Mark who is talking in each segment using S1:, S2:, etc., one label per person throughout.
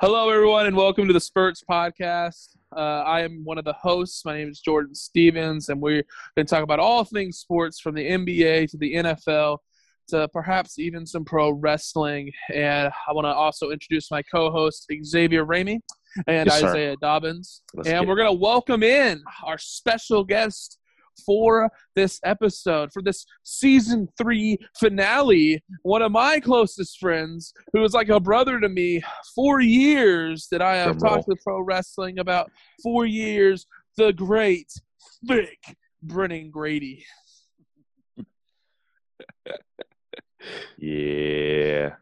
S1: Hello, everyone, and welcome to the Spurts podcast. Uh, I am one of the hosts. My name is Jordan Stevens, and we're going to talk about all things sports from the NBA to the NFL to perhaps even some pro wrestling. And I want to also introduce my co host, Xavier Ramey and
S2: Yes, sir.
S1: Isaiah Dobbins.
S2: Let's
S1: and
S2: get
S1: we're going to welcome in our special guest for this episode, for this season three finale. One of my closest friends, who is like a brother to me, four years that I have
S2: Drum roll.
S1: talked with pro wrestling about, four years, the great, thick Brennan Grady.
S2: Yeah.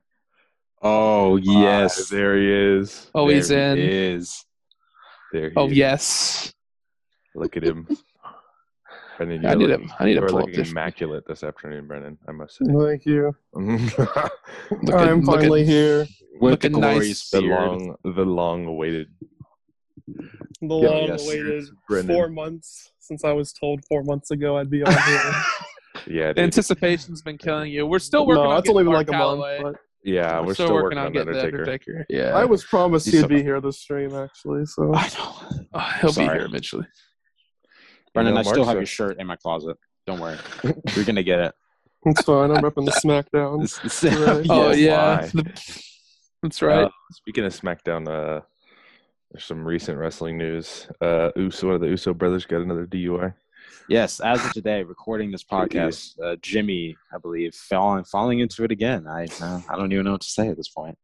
S2: Oh yes, there he is.
S1: Oh, he's
S2: There he
S1: in.
S2: Is there? He
S1: Oh,
S2: is.
S1: yes.
S2: Look at him. Brennan,
S1: I
S2: you're
S1: need
S2: looking-
S1: him. I need
S2: You
S1: to
S2: are
S1: pull up
S2: looking
S1: this.
S2: immaculate this afternoon, Brennan. I must say.
S3: Thank you.
S1: Look at-
S3: I'm
S1: look at-
S3: finally here.
S2: With the
S1: Looking
S2: glorious,
S1: nice.
S2: the long, the long-awaited.
S3: The
S2: Yeah,
S3: long
S2: yes,
S3: awaited
S2: Brendan.
S3: four months since I was told four months ago I'd be on here.
S2: Yeah, dude.
S1: Anticipation's been killing you. We're still working
S3: no,
S1: on
S3: it's only
S1: getting
S3: been
S1: Mark
S3: like a
S1: Calloway.
S3: month.
S2: yeah, we're, still, working, on,
S1: getting the
S2: Undertaker.
S1: Undertaker. Oh,
S3: But
S1: Yeah,
S3: I was promised
S2: He's
S3: he'd
S2: so-
S3: be here this stream actually. So
S1: I know. Oh, he'll be
S4: Sorry.
S1: here eventually.
S4: Brendan,
S2: know,
S4: I still
S2: Mark's
S4: have
S2: a-
S4: your shirt in my closet. Don't worry. You're going to get it.
S3: it's fine. I'm repping the SmackDown.
S4: It's- it's-
S3: Really?
S1: Oh
S2: Yes.
S1: yeah,
S2: Why?
S1: that's right.
S2: Uh, speaking of SmackDown, uh, there's some recent wrestling news. Uh, Uso, one of the Uso brothers got another DUI.
S4: Yes, as of today, recording this podcast, uh, Jimmy, I believe, fell and falling into it again. I uh, I don't even know what to say at this point.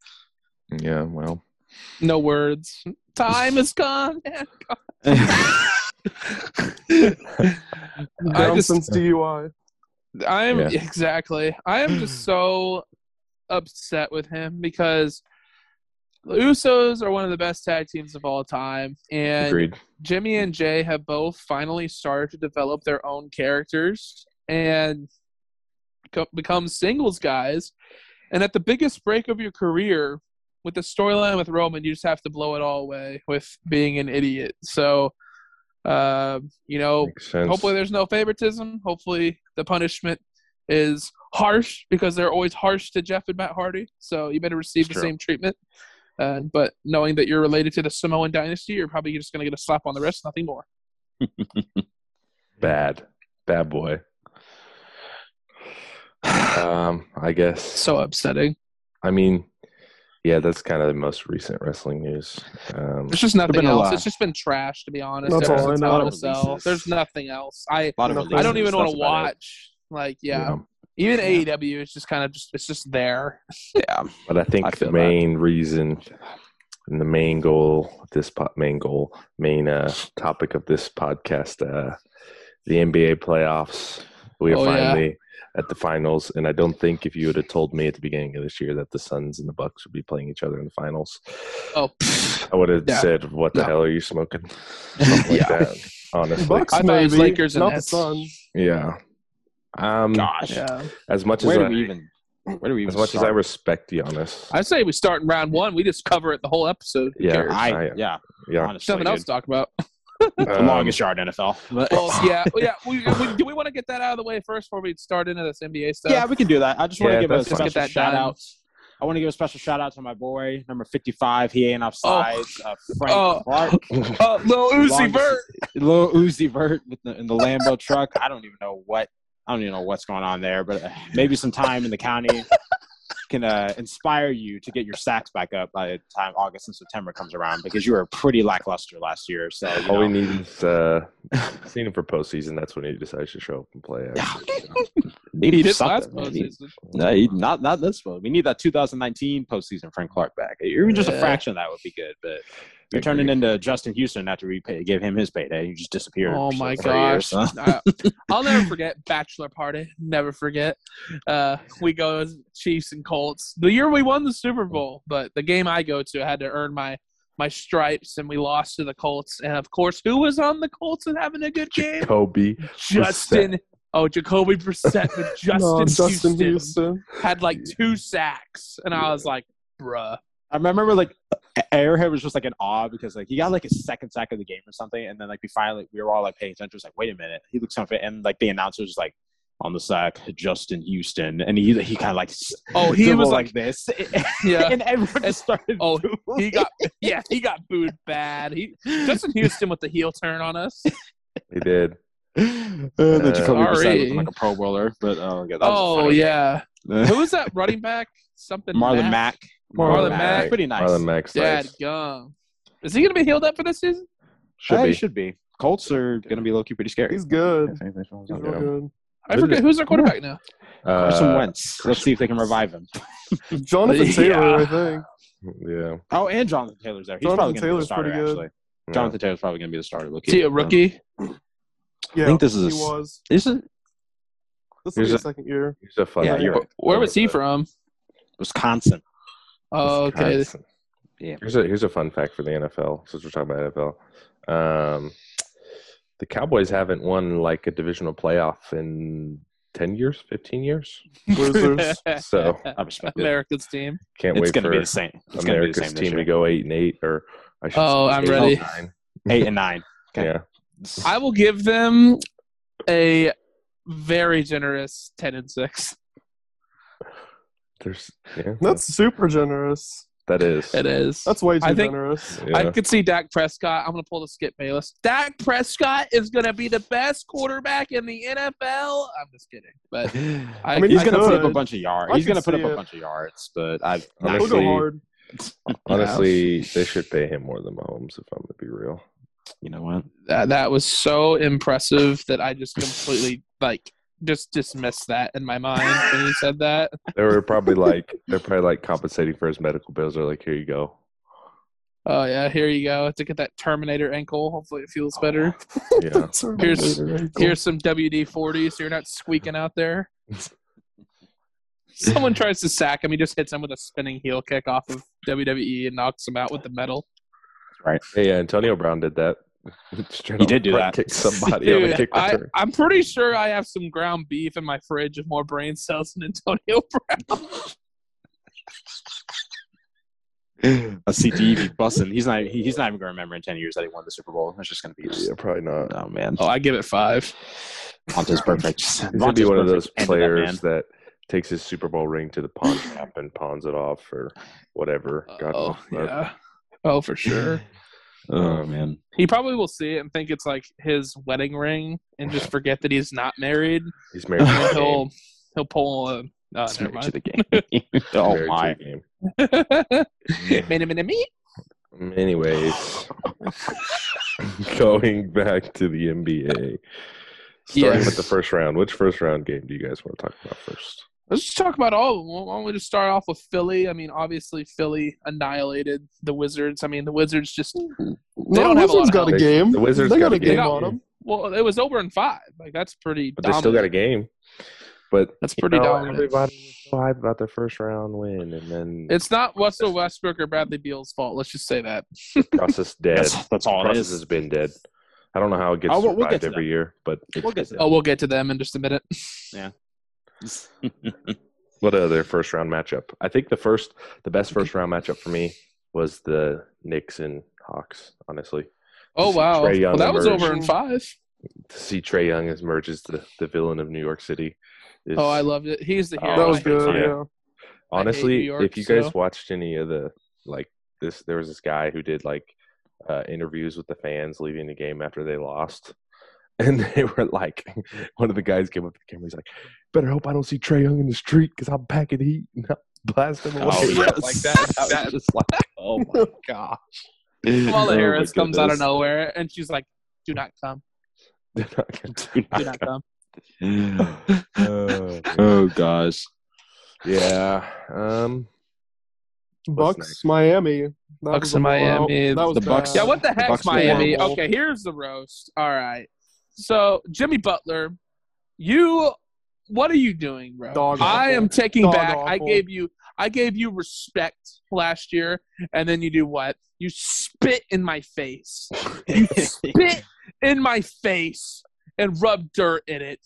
S2: Yeah, well,
S1: no words. Time is gone. I
S3: Down
S1: just,
S3: since DUI.
S1: I'm
S2: Yeah.
S1: exactly. I am just so upset with him because the Usos are one of the best tag teams of all time, and
S2: agreed.
S1: Jimmy and Jay have both finally started to develop their own characters and co- become singles guys. And at the biggest break of your career, with the storyline with Roman, you just have to blow it all away with being an idiot. So, uh, you know,
S2: Makes sense.
S1: hopefully there's no favoritism. Hopefully the punishment is harsh because they're always harsh to Jeff and Matt Hardy. So you better receive
S4: It's
S1: the
S4: true.
S1: same treatment. Uh, but knowing that you're related to the Samoan dynasty, you're probably just going to get a slap on the wrist, nothing more.
S2: bad, bad boy. Um, I guess.
S1: So upsetting.
S2: I mean, yeah, that's kind of the most recent wrestling news. Um,
S1: There's just nothver
S4: been a
S1: else.
S4: lot.
S1: It's just been trash, to be honest.
S3: That's
S1: ever
S3: all I
S1: since
S3: know.
S1: Hell in a
S4: A lot of
S1: Cell.
S4: releases.
S1: There's nothing else. I
S4: A lot of
S3: I
S4: releases.
S1: I don't even want
S4: That's
S1: to
S4: about it.
S1: watch. Like, yeah.
S2: yeah.
S1: Even
S4: Yeah.
S1: AEW is just kind of just it's just there.
S4: Yeah.
S2: But I think
S4: I
S2: the
S4: feel that.
S2: main reason and the main goal, of this po- main goal, main uh, topic of this podcast, uh, the NBA playoffs. We are
S1: Oh, yeah.
S2: finally at the finals, and I don't think if you would have told me at the beginning of this year that the Suns and the Bucks would be playing each other in the finals,
S1: Oh, pfft.
S2: I would have
S1: Yeah.
S2: said, "What the
S1: No.
S2: hell are you smoking?" Something like
S1: Yeah.
S2: that. Honestly,
S3: Bucks
S1: I thought it was
S3: maybe.
S1: Lakers and
S3: not the
S1: Nets.
S3: Suns.
S2: yeah. Um,
S4: Gosh.
S1: yeah.
S2: as much as
S4: Where
S2: I,
S4: do we even. Where do we even
S2: as much as I
S4: start?
S2: respect Giannis,
S1: I say we start in round one. We just cover it the whole episode. Who
S2: Yeah.
S1: cares?
S4: I,
S2: I- uh,
S4: yeah,
S2: yeah,
S4: honestly,
S1: Something else to
S4: dude.
S1: talk about.
S4: The
S2: Um,
S4: longest yard in NFL. But-
S1: Well, yeah, yeah. We, we, do we want to get that out of the way first before we start into this NBA stuff?
S4: yeah, we can do that. I just want
S2: Yeah,
S4: to give a
S2: that's fine.
S4: special
S1: Let's get that
S4: shout
S1: done.
S4: out. I want to give a special shout out to my boy number fifty-five. He ain't offside. Uh, Frank
S1: Oh.
S4: Clark.
S1: Uh, Lil Uzi
S4: Longest-
S1: Vert.
S4: little Uzi Vert with the, in the Lambo truck. I don't even know what I don't even know what's going on there, but uh, maybe some time in the county can uh, inspire you to get your sacks back up by the time August and September comes around because you were pretty lackluster last year. So you
S2: all we
S4: know.
S2: need is uh, seen him for postseason. That's when he decides to show up and play.
S4: Yeah,
S2: actually.
S4: Need
S1: He did last
S4: something, man. Need-
S1: postseason.
S4: No, he- not not this one. We need that 2019 postseason Frank Clark back. Even just a
S1: Yeah.
S4: fraction of that would be good. But you're turning
S2: Agreed.
S4: into Justin Houston after we pay, give him his payday. You just disappeared.
S1: Oh
S4: for
S1: my
S4: three years,
S1: gosh!
S4: huh?
S1: I, Uh, I'll never forget bachelor party. Never forget. Uh, we go as Chiefs and Colts. The year we won the Super Bowl, but the game I go to I had to earn my my stripes, and we lost to the Colts. And of course, who was on the Colts and having a good game?
S2: Kobe.
S1: Justin. Oh, Jacoby Brissett with Justin,
S3: no, Justin
S1: Houston,
S3: Houston.
S1: had like two sacks, and I was like, "Bruh,
S4: I remember like Airhead was just like in awe because like he got like his second sack of the game or something, and then like we finally we were all like paying attention. It was like, wait a minute, he looks something, and like the announcer was like, on the sack, Justin Houston, and he he kind of like
S1: Oh, he was
S4: dribbled
S1: like,
S4: this,
S1: yeah.
S4: and everyone just started.
S1: Oh,
S4: booing.
S1: He got yeah, he got booed bad. He Justin Houston with the heel turn on us.
S2: He did.
S4: and then Jacoby Brissett
S1: Uh, Sorry.
S4: looking like a Pro Bowler, but oh, yeah, that was
S1: Oh
S4: funny.
S1: yeah,
S4: yeah,
S1: who was that running back? Something
S4: Marlon
S1: Mack.
S4: Mack,
S1: Marlon Mack.
S4: pretty nice.
S2: Marlon Mack's
S1: Dad
S2: nice.
S1: gum. Is he gonna be healed up for this season?
S2: Should
S4: Uh, he
S2: be.
S4: should be. Colts are gonna be low key pretty scary.
S3: He's good.
S4: Uh,
S3: He's
S2: Yeah.
S3: real good.
S1: I forget who's their quarterback now.
S2: Uh,
S4: Carson Wentz. Let's see if they can revive him.
S3: Jonathan
S1: Yeah.
S3: Taylor, I think.
S2: Yeah.
S4: Oh, and Jonathan Taylor's there. He's
S3: Jonathan
S4: probably gonna be the
S3: Taylor's
S4: starter.
S3: pretty good.
S4: Actually,
S2: No.
S4: Jonathan Taylor's probably gonna be the starter. Look,
S1: Is he a rookie?
S3: Yeah,
S4: I think this is a
S3: he
S4: s-
S3: was.
S4: This is
S3: This is
S2: Here's a-
S3: his second year.
S2: He's a fun
S4: Yeah,
S2: guy.
S4: you're right.
S1: Where was he from?
S4: Wisconsin.
S1: Oh, okay.
S2: Wisconsin.
S4: Yeah.
S2: Here's a here's a fun fact for the NFL since we're talking about NFL. Um, the Cowboys haven't won like a divisional playoff in ten years, fifteen years.
S3: Losers.
S2: So
S4: I respect it.
S1: America's team.
S2: can't
S4: It's
S2: wait
S4: gonna
S2: for
S4: be the same. It's gonna be the
S2: America's
S4: same this
S2: team to
S4: year.
S2: go eight and eight, or I should
S1: Oh,
S2: say
S1: I'm
S2: eight and
S1: ready.
S2: nine.
S4: Eight and nine. Okay.
S2: Yeah,
S1: I will give them a very generous ten and six.
S2: there's yeah,
S3: That's super generous.
S2: that is
S1: It is.
S3: That's way too
S1: I think-
S3: generous.
S2: yeah.
S1: I could see Dak Prescott. I'm gonna pull the Skip Bayless. Dak Prescott is gonna be the best quarterback in the NFL. I'm just kidding, but I,
S3: I mean,
S4: He's
S3: I
S4: gonna put up a
S3: could.
S4: bunch of yards.
S3: I
S4: He's
S3: could
S4: gonna put up
S3: see
S4: a
S3: it.
S4: bunch of yards, but I've
S2: Honestly,
S3: We'll go hard.
S2: honestly they should pay him more than Mahomes if I'm gonna be real.
S4: You know what?
S1: that, that was so impressive that I just completely like just dismissed that in my mind when you said that.
S2: They were probably like they're probably like compensating for his medical bills. They're like, here you go.
S1: Oh yeah, here you go. To get that Terminator ankle. Hopefully it feels better.
S2: Yeah,
S1: Here's-
S3: here's
S1: Here's some WD forty so you're not squeaking out there. Someone tries to sack him, he just hits him with a spinning heel kick off of WWE and knocks him out with the medal.
S2: yeah. Antonio Brown did that.
S4: He did do that.
S2: Kick somebody on a
S1: Dude,
S2: kick
S1: I,
S2: return.
S1: I'm pretty sure I have some ground beef in my fridge with more brain cells than Antonio Brown.
S4: A CTE be busting. He's not. he- he's not even gonna remember in ten years that he won the Super Bowl. It's just gonna be.
S2: Yeah, probably not.
S4: Oh man,
S1: Oh, I give it five.
S4: Vontae's perfect.
S2: He's gonna be
S4: Vontae's
S2: one of those
S4: perfect. Ended that man.
S2: players that takes his Super Bowl ring to the pawn shop and pawns it off for whatever. God
S1: Oh,
S2: knows what.
S1: yeah. Oh, for sure.
S4: Oh man.
S1: He probably will see it and think it's like his wedding ring and just forget that he's not married.
S2: He's married. To
S1: And
S2: the game.
S1: he'll he'll pull a. Oh,
S4: It's
S1: never
S4: married to
S1: mind.
S4: the game. oh
S2: Married to
S4: my.
S2: the game.
S1: Minute, minute, me.
S2: Anyways, going back to the NBA, starting
S1: Yes.
S2: with the first round. Which first round game do you guys want to talk about first?
S1: Let's just talk about all of them. Why don't we just start off with Philly? I mean, obviously Philly annihilated the Wizards. I mean, the Wizards just
S3: no,
S1: don't have a lot
S3: Wizards
S1: of
S3: got a
S2: help.
S3: game.
S2: The Wizards
S3: they
S2: got
S3: got,
S2: a
S3: a game,
S1: game.
S3: on them.
S1: well, it was over in five. Like that's pretty.
S2: But they still got a game. But
S1: That's
S2: you
S1: pretty
S2: know,
S1: dominant.
S2: Everybody was so hyped about their first round win, and then
S1: It's not Russell Westbrook or Bradley Beal's fault. Let's just say that.
S2: process dead.
S4: That's, that's all it
S2: process
S4: is.
S2: has been dead. I don't know how it gets
S4: Oh, we'll-
S2: survived
S4: we'll get to
S2: every
S4: that.
S2: year, but it's,
S4: We'll get to
S1: Oh, we'll get to them in just a minute.
S4: Oh,
S2: what other first round matchup? I think the first, the best first round matchup for me was the Knicks and Hawks. Honestly,
S1: Oh wow,
S2: Trae Young
S1: well, that was
S2: emerged.
S1: over in five.
S2: to see Trey Young as merge as the, the villain of New York City. Is,
S1: Oh, I loved it. He's the
S2: Oh,
S1: hero.
S3: that was
S1: I hate him.
S3: good. Yeah.
S1: I hate New
S2: honestly,
S1: York,
S2: if you guys
S1: so-
S2: watched any of the like this, there was this guy who did like uh, interviews with the fans leaving the game after they lost. And they were like, one of the guys came up to the camera. He's like, "Better hope I don't see Trey Young in the street because I'm packing heat and I'll blast him away."
S4: Oh, yes.
S2: like that, that was just like, oh my god!
S1: Kamala
S2: Oh, my
S1: Harris comes out of
S2: goodness.
S1: nowhere, and she's like, "Do not come.
S2: They're not gonna do
S1: Do not come."
S2: that. Uh,
S4: oh gosh.
S2: yeah. Um, What's
S3: Bucks,
S2: next?
S3: Miami. That
S1: Bucks
S3: was a
S1: and
S3: blowout.
S1: Miami.
S3: That was
S4: The
S3: bad.
S4: Bucks-
S1: Yeah, what the
S4: The
S1: heck,
S4: Bucks were
S1: Miami?
S3: horrible.
S1: Okay, here's the roast. All right. So Jimmy Butler, you, what are you doing, bro?
S3: Dog
S1: I
S3: awful.
S1: am taking
S3: Dog
S1: back. I
S3: awful.
S1: gave you, I gave you respect last year, and then you do what? You spit in my face. You spit in my face and rub dirt in it.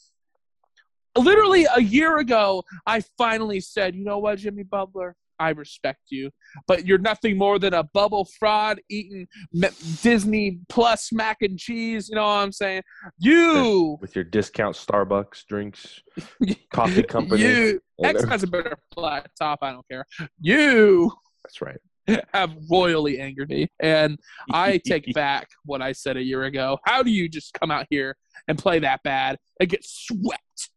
S1: Literally a year ago, I finally said, you know what, Jimmy Butler, I respect you, but you're nothing more than a bubble fraud eating me- Disney Plus mac and cheese. You know what I'm saying? You,
S2: with your discount Starbucks drinks, coffee company.
S1: you,
S2: and-
S1: X has a better flat top. I don't care. You
S2: That's right.
S1: have royally angered me, and I take back what I said a year ago. How do you just come out here and play that bad and get swept?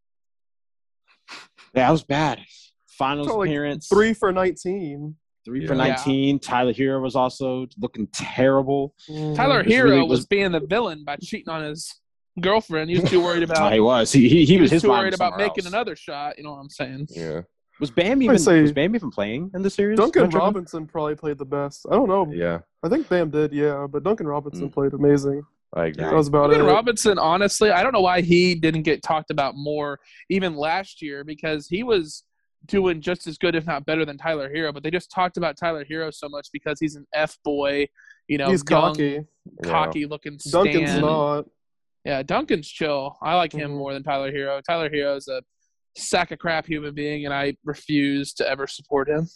S4: that was bad. Finals
S3: So, like,
S4: appearance
S3: Three for 19.
S4: three
S2: Yeah.
S4: for nineteen. Tyler Hero was also looking terrible.
S3: Mm-hmm.
S1: Tyler
S4: It was
S1: Hero
S4: really-
S1: was
S4: was-
S1: being the villain by cheating on his girlfriend. He was too worried
S4: Oh,
S1: about.
S4: he was. He he, he
S1: he
S4: was,
S1: was
S4: his
S1: too
S4: mind
S1: worried
S4: was
S1: about
S4: somewhere
S1: making
S4: else.
S1: another shot. You know what I'm saying?
S2: Yeah.
S4: Was Bam
S3: I
S4: even
S3: say-
S4: was Bam even playing in the series?
S3: Duncan
S4: Much of it?
S3: Robinson probably played the best. I don't know.
S2: Yeah. Mm.
S3: I think Bam did, yeah, but Duncan Robinson played amazing.
S2: I agree.
S3: That was about
S1: Robin
S3: it.
S1: Robinson, honestly, I don't know why he didn't get talked about more even last year because he was doing just as good, if not better, than Tyler Hero. But they just talked about Tyler Hero so much because he's an F boy, you know,
S3: He's
S1: young,
S3: cocky.
S2: Yeah.
S1: cocky looking. Stan.
S3: Duncan's not.
S1: Yeah, Duncan's chill. I like him
S3: Mhm.
S1: more than Tyler Hero. Tyler Hero's a sack of crap human being, and I refuse to ever support him.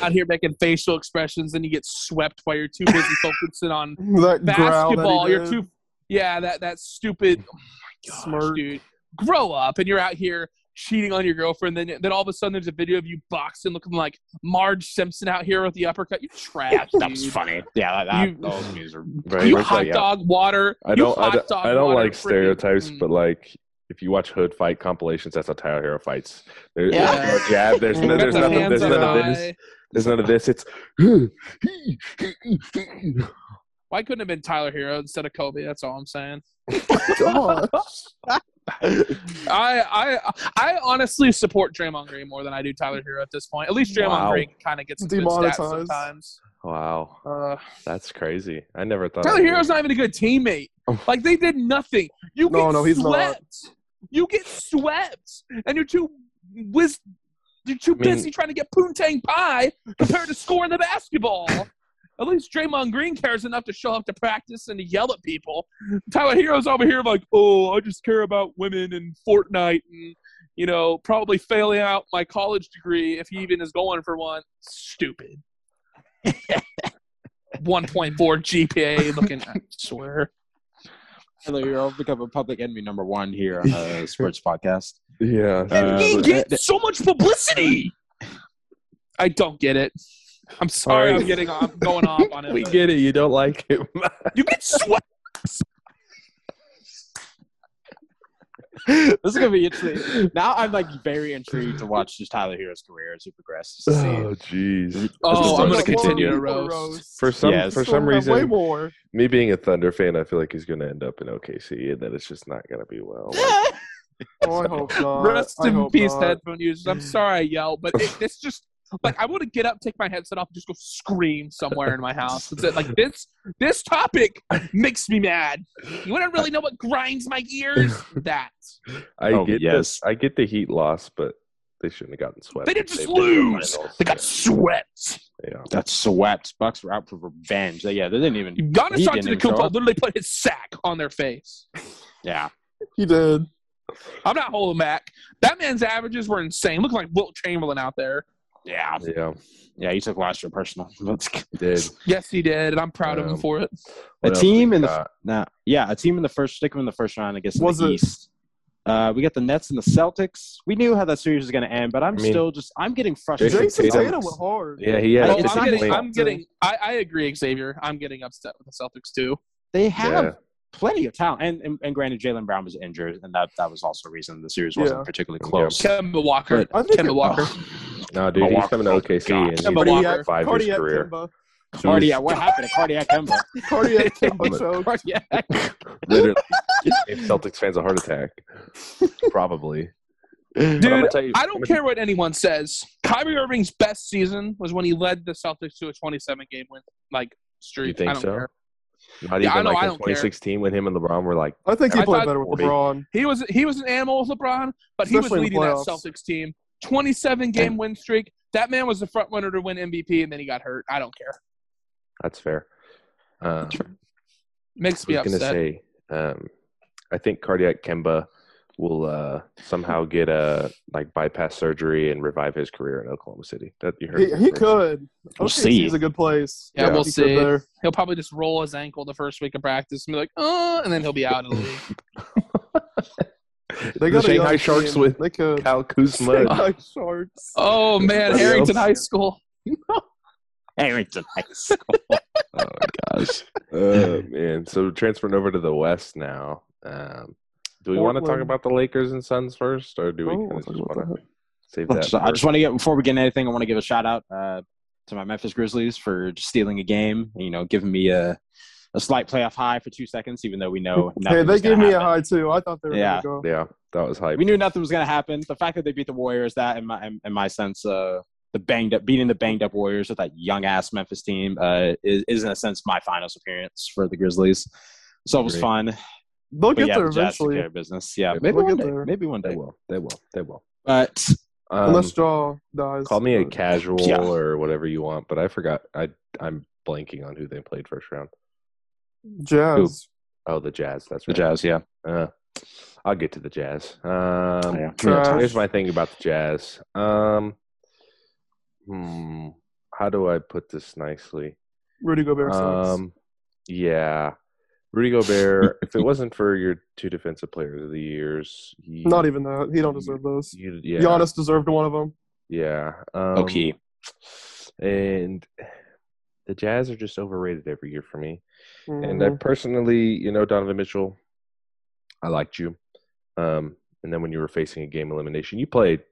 S1: Out here making facial expressions, and you get swept while you're too busy focusing on
S3: That growl
S1: basketball.
S3: that he
S1: You're
S3: did.
S1: too. Yeah, that that stupid. Oh my gosh,
S3: Smirk.
S1: dude. Grow up, and you're out here cheating on your girlfriend. Then then all of a sudden, there's a video of you boxing, looking like Marge Simpson out here with the uppercut. You trash.
S4: that was
S1: dude.
S4: funny. Yeah, that, that,
S1: You-
S4: those movies are
S2: Very
S1: you
S2: much
S1: hot
S2: like- yeah.
S1: dog water.
S2: I
S1: you
S2: don't. I
S1: hot
S2: don't,
S1: dog
S2: I don't
S1: water
S2: like
S1: freaking-
S2: stereotypes,
S1: Mm.
S2: but like if you watch hood fight compilations, that's how Tyler Hero fights. There,
S1: Yeah.
S2: There's no jab. There's,
S3: Mm.
S2: no, there's,
S1: Got the
S2: nothing, there's
S1: hands
S2: none of
S1: on
S2: this.
S1: high.
S2: There's none of this. It's.
S1: Why couldn't it have been Tyler Hero instead of Kobe? That's all I'm saying. I I I honestly support Draymond Green more than I do Tyler Hero at this point. At least Draymond
S2: Wow.
S1: Green kind of gets some good stats
S3: Demonetized.
S1: sometimes.
S2: wow,
S1: Uh,
S2: that's crazy. I never thought. I
S1: Tyler
S2: would-
S1: Hero's not even a good teammate.
S2: Oh.
S1: Like they did nothing. You
S3: No,
S1: get
S3: no, he's not.
S1: swept. You get swept, and you're too whiz. You're too
S2: I mean-
S1: busy trying to get poontang pie compared to scoring the basketball. At least Draymond Green cares enough to show up to practice and to yell at people. Tyler Hero's over here like, oh, I just care about women and Fortnite and you know probably failing out my college degree if he even is going for one. Stupid. 1.4 GPA looking. I swear.
S4: Tyler Hero become a public enemy number one here on a sports podcast.
S2: Yeah.
S4: Uh,
S1: and he
S4: but-
S1: gets so much publicity. I don't get it. I'm sorry,
S2: Sorry.
S1: I'm getting off, going off on it.
S2: we
S1: but
S2: get it. You don't like him.
S1: you get swept.
S4: this is gonna be interesting. Now I'm like very intrigued to watch just Tyler Hero's career as he progresses. To see
S2: oh, jeez.
S1: Oh,
S2: is
S1: I'm
S2: gonna
S1: gonna
S2: so
S1: continue to
S2: boring.
S1: roast.
S2: For some
S4: Yes.
S2: for some
S3: way
S2: reason,
S3: more.
S2: me being a Thunder fan, I feel like he's going to end up in OKC, and that it's just not going to be well.
S3: Oh, I hope not.
S1: Uh, Rest
S3: I
S1: in
S3: hope
S1: peace,
S3: not.
S1: headphone users. I'm sorry I yell, but it, it's just like I want to get up, take my headset off, and just go scream somewhere in my house. That's it. Like this, this topic makes me mad. You want to really know what grinds my gears? That
S2: I
S4: Oh,
S2: get
S4: yes.
S2: this. I get the Heat loss, but they shouldn't have gotten swept.
S1: They didn't
S2: if
S1: just
S2: been in the
S1: lose.
S2: finals.
S1: they got swept.
S2: yeah.
S4: that swept Bucks were out for revenge. They- Yeah, they didn't even.
S1: Giannis
S4: He didn't even show
S1: Antetokounmpo
S4: up.
S1: literally put his sack on their face.
S4: Yeah,
S3: He did.
S1: I'm not holding back. That man's averages were insane. Looking like Wilt Chamberlain out there.
S4: yeah,
S2: Yeah.
S4: yeah. You took last year personal.
S2: He did.
S1: Yes, he did, and I'm proud of
S2: Um,
S1: him for it.
S4: a
S2: What else
S4: team
S2: we
S4: in the
S2: got?
S4: nah, yeah, a team in the first stick 'em in the first round against
S3: Was
S4: the
S3: it-
S4: East. Uh, we got the Nets and the Celtics. We knew how that series was going to end, but I'm
S2: I mean-
S4: still just I'm getting frustrated.
S2: Jason
S4: with
S3: Jason
S4: the
S2: Tatum.
S3: Tatum
S4: Celtics.
S3: went hard.
S2: Yeah, he had.
S1: Oh,
S4: it's
S1: I'm
S4: not
S1: getting.
S4: clean.
S1: I'm getting I, I agree, Xavier. I'm getting upset with the Celtics too.
S4: They have
S2: Yeah.
S4: plenty of talent, and and, and granted, Jalen Brown was injured, and that that was also a reason the series wasn't
S3: Yeah.
S4: particularly close.
S1: Kemba Walker.
S3: I think
S1: Kemba
S3: it-
S1: Walker.
S2: Oh.
S1: Oh,
S2: No, dude, he's
S4: Milwaukee.
S2: coming to OKC
S4: God.
S2: and he's
S1: Kemba
S2: been
S1: Walker.
S2: for five years
S3: Cardiac
S2: career.
S3: Kimba.
S4: Cardiac, what happened to Cardiac Kemba?
S3: Cardiac Kimba
S2: Kemba.
S3: choke.
S4: Cardiac.
S2: Literally, gave Celtics fans a heart attack. Probably. But I'm
S1: Dude,
S2: gonna tell you-
S1: I
S2: I'm
S1: don't
S2: gonna-
S1: care what anyone says. Kyrie Irving's best season was when he led the Celtics to a 27 game win like streak.
S2: You think
S1: I don't
S2: so?
S1: care.
S2: Not
S1: Yeah, I
S2: even
S1: know,
S2: like
S1: I
S2: in
S1: don't care.
S2: 2016 when him and LeBron were like,
S3: I think he
S1: I
S3: played
S1: thought-
S3: better with
S2: 40.
S3: LeBron.
S1: He was he was an animal with LeBron, but he
S3: Especially in the
S1: was leading that
S3: playoffs.
S1: Celtics team. 27 game win streak. That man was the front runner to win MVP, and then he got hurt. I don't care.
S2: "That's fair." Um,
S1: Makes
S2: I
S1: me
S2: was gonna
S1: upset.
S2: say, um, I think cardiac Kemba will uh, somehow get a like bypass surgery and revive his career in Oklahoma City. That you heard
S3: He,
S2: it
S3: he
S2: first.
S3: could.
S4: We'll
S3: OKC
S4: see.
S3: is a good place.
S1: Yeah,
S2: Yeah.
S1: we'll
S3: He could
S1: see.
S3: there.
S1: He'll probably just roll his ankle the first week of practice and be like, "Oh," and then he'll be out of the league.
S2: the
S3: They got a young
S2: Shanghai Sharks
S3: team.
S2: with
S3: they could.
S2: Kyle Kuzma.
S3: Shanghai Sharks.
S1: Oh man,
S2: Anybody
S1: Harrington
S2: else?
S1: High School.
S4: Harrington High School.
S2: Oh, Gosh. Uh, man. So transferring over to the West now. Um, do we want to talk
S3: Portland.
S2: about the Lakers and Suns first, or do we
S3: Oh,
S2: kind
S3: we'll
S2: of
S3: talk
S2: just
S3: about
S2: want to save
S4: I
S2: that?
S4: just, I
S2: for-
S4: just want to get before we get into anything. I want to give a shout out uh, to my Memphis Grizzlies for just stealing a game. You know, giving me a a slight playoff high for two seconds, even though we
S3: Hey,
S4: know. Oh, nothing
S3: they
S4: was gonna
S3: gave me a
S4: happen.
S3: high too. I thought they were
S4: Yeah.
S3: gonna go.
S2: yeah, that was hype.
S4: We knew nothing was going to happen. The fact that they beat the Warriors, that in my in, in my sense, uh, the banged up beating the banged up Warriors with that young ass Memphis team uh, is, is in a sense my finals appearance for the Grizzlies. So it was
S2: Agreed.
S4: fun.
S3: They'll
S4: But
S3: get
S4: yeah,
S3: there
S4: the Jazz took
S3: eventually,
S4: care of business. Yeah,
S2: They'll
S4: maybe
S3: get
S4: one day.
S3: there.
S4: Maybe one
S2: They
S4: day.
S2: will. They will. They will.
S4: But
S2: Um,
S3: unless Jaw dies.
S2: Call me a
S3: But-
S2: casual
S4: Yeah.
S2: or whatever you want, but I forgot. I I'm blanking on who they played first round.
S3: Jazz.
S2: Oh, the Jazz. That's
S4: the
S2: right.
S4: Jazz, yeah,
S2: Uh, I'll get to the Jazz. Um,
S4: yeah.
S3: Trash.
S2: Here's my thing about the Jazz. Um, hmm, how do I put this nicely?
S3: Rudy Gobert sucks.
S2: Um, yeah, Rudy Gobert. if it wasn't for your two defensive players of the years, you,
S3: Not even that. He don't deserve those.
S2: you, yeah,
S3: Giannis deserved one of them.
S2: yeah. Um,
S4: Okay.
S2: and the Jazz are just overrated every year for me. And I
S3: Mhm.
S2: personally, you know, Donovan Mitchell, I liked you. Um, and then when you were facing a game elimination, you played,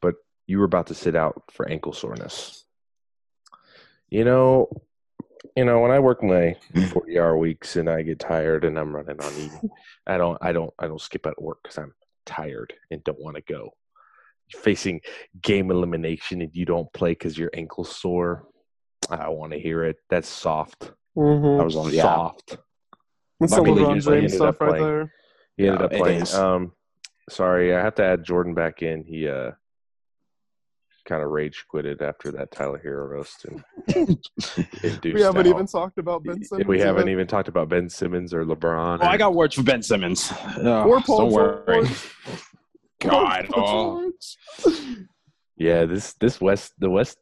S2: but you were about to sit out for ankle soreness. You know, you know, when I work my forty-hour weeks and I get tired and I'm running on E, I don't, I don't, I don't skip out work because I'm tired and don't want to go. Facing game elimination and you don't play because your ankle's sore. I want to hear it. That's soft.
S3: Mhm.
S4: I was on. Yeah,
S2: Soft.
S3: That's
S4: I
S3: some
S4: mean, they
S3: LeBron
S2: usually
S3: James
S2: ended up
S3: stuff right
S2: playing.
S3: there.
S2: He ended
S4: No,
S2: up
S4: it
S2: playing.
S4: is.
S2: Um, sorry, I have to add Jordan back in. He uh, kind of rage quitted after that Tyler Hero roast. And
S3: We haven't even talked about Ben Simmons.
S2: we haven't
S3: yet.
S2: even talked about Ben Simmons or LeBron.
S4: Oh, I
S2: or-
S4: got words for Ben Simmons. Oh,
S3: Or Paul
S4: don't worry.
S3: George.
S4: God,
S3: Paul
S4: oh.
S3: George.
S2: yeah. This this West the West.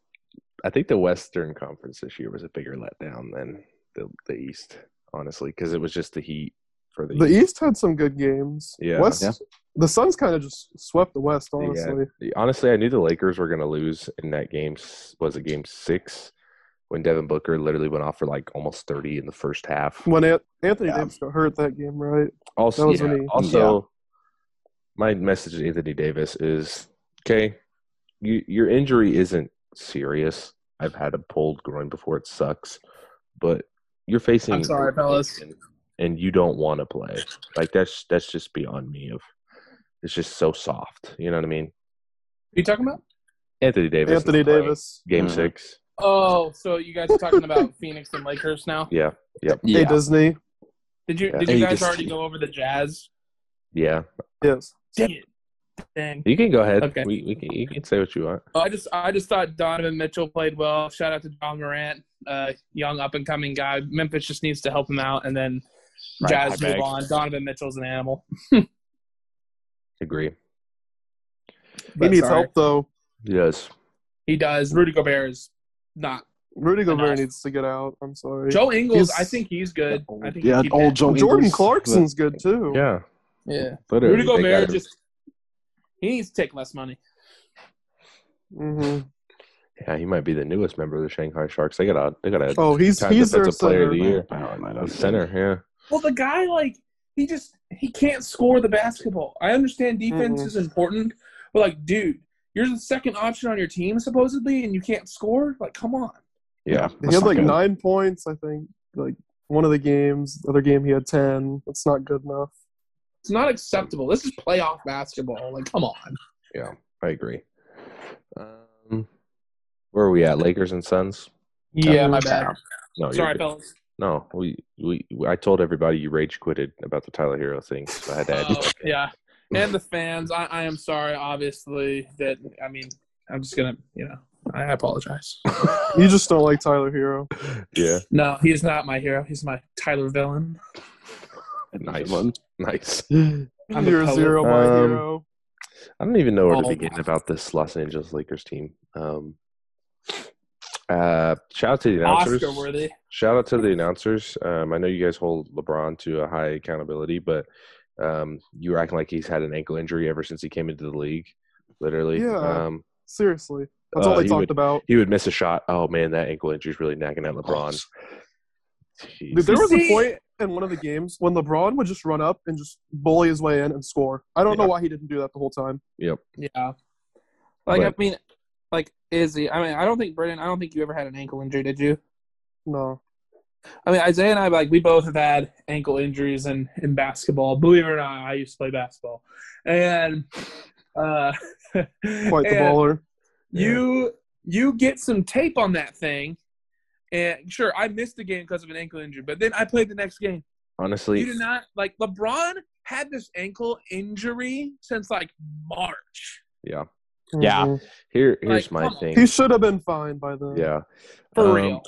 S2: I think the Western Conference this year was a bigger letdown than the the East, honestly, because it was just the Heat for the,
S3: The East had some good games.
S2: Yeah.
S3: West,
S4: Yeah.
S3: the Suns kind of just swept the West. Honestly,
S2: Honestly, I knew the Lakers were going to lose in that game. s- Was it game six when Devin Booker literally went off for like almost 30 in the first half?
S3: when An- Anthony
S4: Yeah.
S3: Davis got hurt that game, right?
S2: Also,
S3: That was
S2: yeah,
S3: when he-
S2: also my message to Anthony Davis is okay, you, your injury isn't serious. I've had a pulled groin before, it sucks, but you're facing.
S1: I'm sorry, fellas.
S2: And you don't want to play. Like, that's that's just beyond me. Of It's just so soft. You know what I mean?
S1: you talking about?
S2: Anthony Davis. is
S3: Anthony
S2: playing.
S3: Davis.
S2: Game
S4: Mhm.
S2: six.
S1: Oh, so you guys are talking about Phoenix and Lakers now?
S2: Yeah.
S3: Hey
S4: oh. Yeah.
S3: Disney.
S1: Did you
S2: Yeah.
S1: did you
S4: Hey,
S1: guys
S4: just-
S1: already go over the Jazz?
S2: Yeah,
S3: Yes.
S1: Dang it. Dang.
S2: you can go ahead.
S1: Okay.
S2: We, we can, you can say what you want.
S1: Oh, I just I just thought Donovan Mitchell played well. Shout out to John Morant, uh, young up and coming guy. Memphis just needs to help him out, and then
S4: Right,
S1: Jazz
S4: I
S1: move
S4: beg.
S1: on. Donovan Mitchell's an animal.
S2: Agree.
S3: He
S1: But
S3: needs
S1: sorry.
S3: help though.
S2: Yes.
S1: He does. Rudy Gobert is not.
S3: Rudy Gobert
S1: Enough.
S3: needs to get out. I'm sorry.
S1: Joe Ingles,
S3: He's-
S1: I think he's good. I think
S4: yeah,
S1: he'd be
S4: old
S1: good.
S4: Joe
S3: Jordan
S4: Ingles.
S3: Clarkson's good too.
S2: Yeah. uh,
S1: Yeah,
S2: Literally,
S1: Rudy
S2: they
S1: Gobert
S2: gotta-
S1: just he needs to take less money.
S3: hmm
S2: Yeah, he might be the newest member of the Shanghai Sharks. They got a they got a
S3: Oh, he's
S2: time
S3: he's their
S2: defensive player of
S3: center.
S2: the year.
S4: Wow,
S2: Center. Yeah.
S1: Well, the guy like he just he can't score the basketball. I understand defense
S2: Mm-hmm.
S3: Mhm.
S1: is important, but like, dude, you're the second option on your team supposedly, and you can't score. Like, come on.
S2: Yeah.
S3: He
S4: that's
S3: had
S4: not
S3: like
S4: good.
S3: nine points, I think. Like one of the games, the other game he had ten. That's not good enough.
S1: It's not acceptable. This is playoff basketball. Like, come on.
S2: I agree. Um, where are we at? Lakers and Suns.
S1: Yeah, my bad.
S2: No, you're
S1: Sorry,
S2: good.
S1: fellas.
S2: No, we, we I told everybody you rage quitted about the Tyler Hero thing, so I had to add. you
S1: Oh,
S2: back in.
S1: yeah, and the fans. I, I am sorry, obviously. That I mean, I'm just gonna, you know, I apologize.
S3: You just don't like Tyler Hero.
S2: yeah.
S1: No, he's not my hero. He's my Tyler villain.
S2: Nice. Nice.
S1: I'm a
S3: You're
S1: poet.
S3: zero, my
S2: Um,
S3: hero.
S2: I don't even know where to
S1: Oh.
S2: begin about this Los Angeles Lakers team. Um, uh, shout out to the announcers.
S1: Oscar worthy.
S2: Shout out to the announcers. Um, I know you guys hold LeBron to a high accountability, but um, you were acting like he's had an ankle injury ever since he came into the league. Literally,
S3: Yeah.
S2: um,
S3: Seriously, that's
S2: uh,
S3: all they
S2: he
S3: talked
S2: would-
S3: about.
S2: he would miss a shot. Oh man, that ankle injury's really nagging at LeBron. Jeez.
S3: Dude, there was
S1: See?
S3: a point in one of the games when LeBron would just run up and just bully his way in and score. I don't know
S2: Yeah.
S3: why he didn't do that the whole time.
S1: Yeah. Like
S2: But-
S1: I mean, like Izzy. I mean, I don't think Brendan. I don't think you ever had an ankle injury, did you?
S3: No.
S1: I mean, Isaiah and I like we both have had ankle injuries in in basketball. Believe it or not, I used to play basketball, and uh, quite
S3: Quite the baller.
S1: You you get some tape on that thing, and sure, I missed the game because of an ankle injury, but then I played the next game.
S2: Honestly,
S1: You do not like LeBron had this ankle injury since like March.
S2: yeah.
S4: Yeah.
S3: Mhm.
S2: Here, here's
S1: Like,
S2: my
S1: come on.
S2: thing.
S3: He should have been fine by then.
S2: Yeah.
S1: For
S2: Um,
S1: real.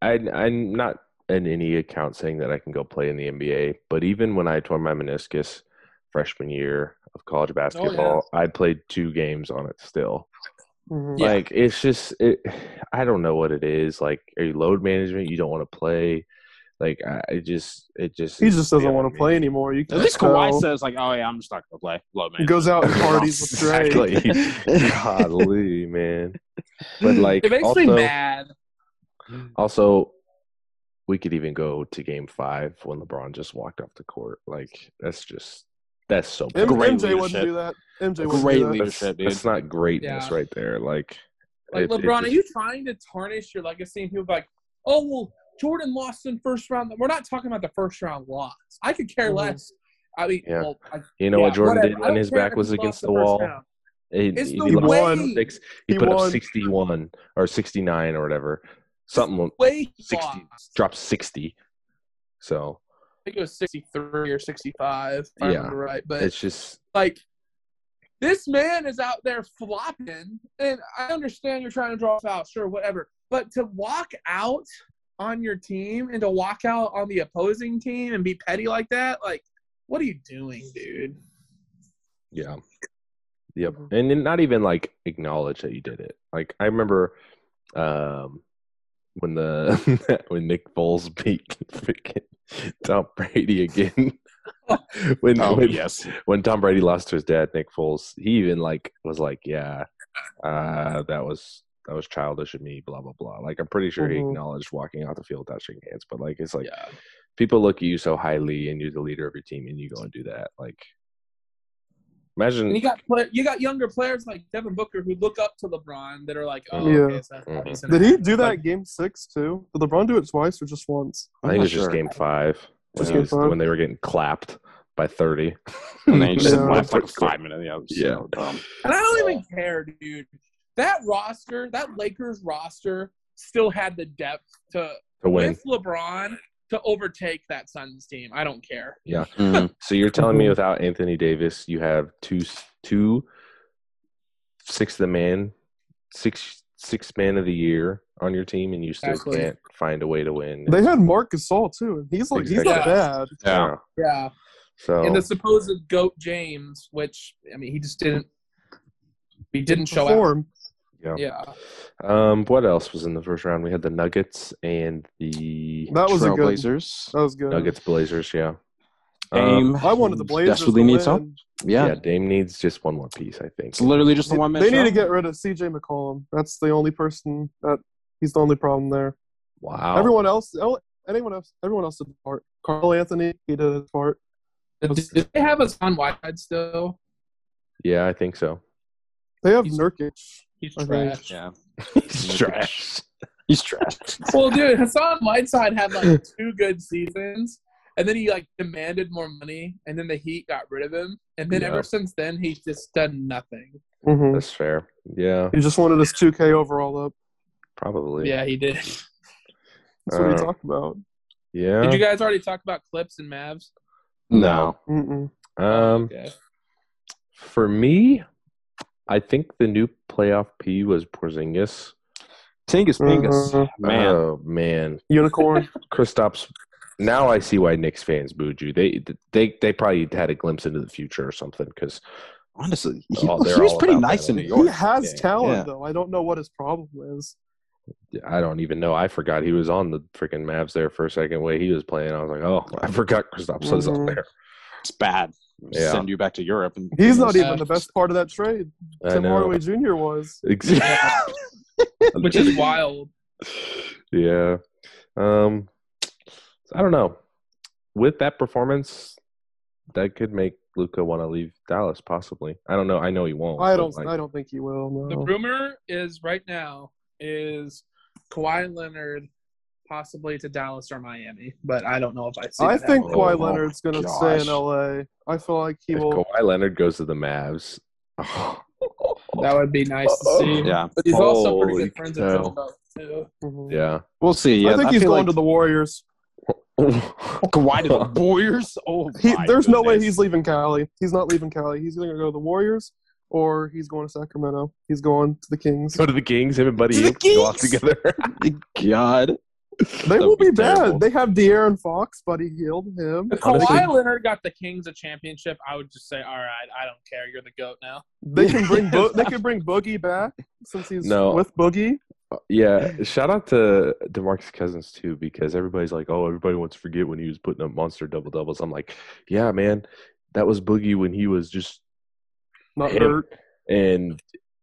S2: I, I'm not in any account saying that I can go play in the NBA, but even when I tore my meniscus freshman year of
S3: Oh,
S2: college basketball, I played two games on it still.
S3: Mhm.
S1: Yeah.
S2: Like, it's just, it, I don't know what it is. Like, are you load management? You don't want to play. Like, I I just, it just.
S3: He just doesn't want
S2: Yeah.
S3: to play anymore. You
S4: At
S3: can
S4: least
S3: tell.
S4: Kawhi says like, "Oh yeah, I'm just not gonna play." Low man.
S3: goes out and parties with Dre.
S2: Exactly. Golly, man. But, like,
S1: It makes
S2: also,
S1: me mad.
S2: Also, we could even go to game five when LeBron just walked off the court. Like, that's just, that's so
S3: M- MJ
S4: Great leadership.
S3: wouldn't do that. MJ wouldn't
S4: Great
S3: do that.
S4: leadership. dude.
S2: That's not greatness
S1: Yeah.
S2: right there. Like,
S1: Like
S2: it- it
S1: LeBron, are
S2: just-
S1: you trying to tarnish your legacy? And people be like, oh well, Jordan lost in first round. We're not talking about the first round loss. I could care
S3: Mhm.
S1: less. I mean,
S2: Mm-hmm. Yeah.
S1: well, I,
S2: You know
S1: yeah,
S2: what Jordan
S1: whatever.
S2: did
S1: I
S2: when
S1: don't
S2: his
S1: care
S2: back
S1: if
S2: was
S1: he lost
S2: against
S1: the
S2: the
S1: first
S2: wall?
S1: round.
S2: He,
S1: It's
S2: he
S1: the
S2: did like
S1: way.
S2: six- he,
S3: He
S2: put up
S3: won.
S2: 61 or 69 or whatever. Something
S1: Way he
S2: 60,
S1: lost.
S2: dropped 60. So
S1: I think it was 63 or 65, if I
S2: Yeah.
S1: remember right. But
S2: it's just,
S1: like this man is out there flopping and i understand you're trying to draw a foul sure whatever but to walk out on your team and to walk out on the opposing team and be petty like that like what are you doing dude
S2: yeah. Yep. And then not even like acknowledge that you did it. Like, I remember um, when the, when Nick Foles beat freaking Tom Brady again. when,
S4: Oh
S2: when
S4: yes.
S2: when Tom Brady lost to his dad, Nick Foles, he even like was like, "Yeah, uh, that was that was childish of me." Blah blah blah. Like I'm pretty sure he
S3: Mhm.
S2: acknowledged walking out the field without shaking hands, but like it's like
S1: yeah
S2: people look at you so highly, and you're the leader of your team, and you go and do that. Like,
S1: and you
S2: imagine
S1: got play- you got younger players like devin booker who look up to lebron that are like oh
S3: Yeah.
S1: okay, so that's how he's gonna
S3: Did he
S1: act.
S3: do that
S1: Like,
S3: game six too? Did LeBron do it twice or just once?
S2: I think it was just game five when,
S3: Just
S2: he
S3: game
S2: was-
S3: five?
S2: when they were getting clapped by thirty.
S4: And then he just
S3: Yeah.
S4: left like five minutes. Yeah. it was
S2: Yeah.
S4: so dumb.
S1: and i don't even care dude that roster that lakers roster still had the depth to
S2: to win.
S1: with LeBron to overtake that Suns team. I don't care.
S2: So you're telling me
S3: Mhm.
S2: without Anthony Davis, you have two two six of the man, six six man of the year on your team, and you still
S1: Exactly.
S2: can't find a way to win.
S3: They had Marc Gasol too, and he's like he's not
S1: Exactly.
S3: bad.
S4: Yeah.
S1: Yeah.
S2: So
S1: And the supposed goat James, which I mean, he just didn't. He didn't show up.
S3: Perform.
S2: yeah.
S1: Yeah.
S2: Um. What else was in the first round? We had the Nuggets and the
S3: That was a good.
S4: Trailblazers.
S3: That was good.
S2: Nuggets Blazers. Yeah. Um,
S4: Dame.
S3: Uh, I wanted the Blazers.
S4: Desperately
S3: to
S4: needs
S3: win.
S4: help. Yeah.
S2: yeah. Dame needs just one more piece, I think.
S4: It's literally just the one man.
S3: They need
S4: show.
S3: to get rid of CJ McCollum. That's the only person that he's the only problem there.
S2: Wow.
S3: Everyone else, el- anyone else, everyone else did the part. Carl Anthony, he did his part.
S1: Did, did they have us on Whitehead still?
S2: Yeah, I think so.
S3: They have
S1: He's-
S3: Nurkic.
S1: He's
S3: I think-
S1: trash.
S4: Yeah.
S2: Trash.
S4: He's trash.
S1: Well, dude, Hassan Whiteside had like two good seasons, and then he like demanded more money, and then the Heat got rid of him, and then
S2: Yeah.
S1: ever since then he's just done nothing.
S3: hmm
S2: That's fair. Yeah,
S3: He just wanted his 2K overall up.
S2: probably.
S1: Yeah, he did.
S3: That's what
S2: Uh,
S3: we talked about.
S2: Yeah.
S1: Did you guys already talk about clips and Mavs?
S4: No.
S3: Mm-mm.
S2: Um,
S1: Okay.
S2: for me, I think the new playoff P was Porzingis.
S4: Tingus Pingus.
S3: Uh-huh.
S4: Man.
S2: oh, man,
S3: Unicorn.
S2: Kristaps now I see why Knicks fans booed you. They they they probably had a glimpse into the future or something because
S4: Honestly, he,
S2: Oh, they're
S4: he was
S2: all
S4: pretty
S2: about
S4: nice
S2: that.
S4: in New
S2: He
S4: York.
S3: he has
S2: Yeah,
S3: talent
S4: yeah.
S3: though. I don't know what his problem is.
S2: I don't even know. I forgot he was on the freaking Mavs there for a second way he was playing. I was like, oh, I forgot Kristaps was
S3: Mhm.
S2: on there.
S4: It's bad.
S2: Yeah.
S4: Send you back to Europe. And
S3: He's not
S1: Yeah.
S3: even the best part of that trade.
S2: I
S3: Tim
S2: know.
S3: Hardaway Jr. was.
S2: Exactly.
S1: which is wild.
S2: yeah. Um, I don't know. With that performance, that could make Luca want to leave Dallas. Possibly. I don't know. I know he won't.
S3: I
S2: but,
S3: don't.
S2: like,
S3: I don't think he will.
S1: The
S3: No.
S1: rumor is right now is Kawhi Leonard possibly to Dallas or Miami, but I don't know if I see.
S3: I
S1: that.
S3: think
S2: Oh,
S3: Kawhi
S2: oh my
S3: Leonard's going to
S4: gosh.
S3: stay in LA. I feel like he
S2: if
S3: will.
S2: Kawhi Leonard goes to the Mavs.
S1: that would be nice to see.
S4: Yeah,
S1: But he's also pretty
S2: Holy
S1: good friends
S2: cow.
S1: with Joe Buck, too.
S3: Mhm.
S2: yeah.
S4: we'll see. Yeah,
S3: I think he's
S4: feel
S3: going
S4: like
S3: to the Warriors.
S4: Kawhi to the Warriors. Oh,
S3: He,
S4: my
S3: there's no way
S4: goodness.
S3: he's leaving Cali. He's not leaving Cali. He's going to go to the Warriors or he's going to Sacramento. He's going to the Kings.
S2: Go to the Kings. Him and Buddy
S4: To the
S2: Hield go off
S4: Kings.
S2: together.
S4: God.
S3: They
S4: That
S3: will
S4: would
S3: be,
S4: be
S3: bad.
S4: terrible.
S3: They have De'Aaron Fox, Buddy Healed him.
S1: If
S2: Honestly-
S1: Kawhi Leonard got the Kings a championship, I would just say, all right, I don't care. You're the goat now.
S3: They can bring Bo- they can bring Boogie back since he's
S2: No.
S3: with Boogie.
S2: Uh, yeah. Shout out to DeMarcus Cousins too, because everybody's like, "Oh, everybody wants to forget when he was putting up monster double doubles." I'm like, "Yeah, man, that was Boogie when he was just
S3: Not
S2: Him.
S3: hurt.
S2: and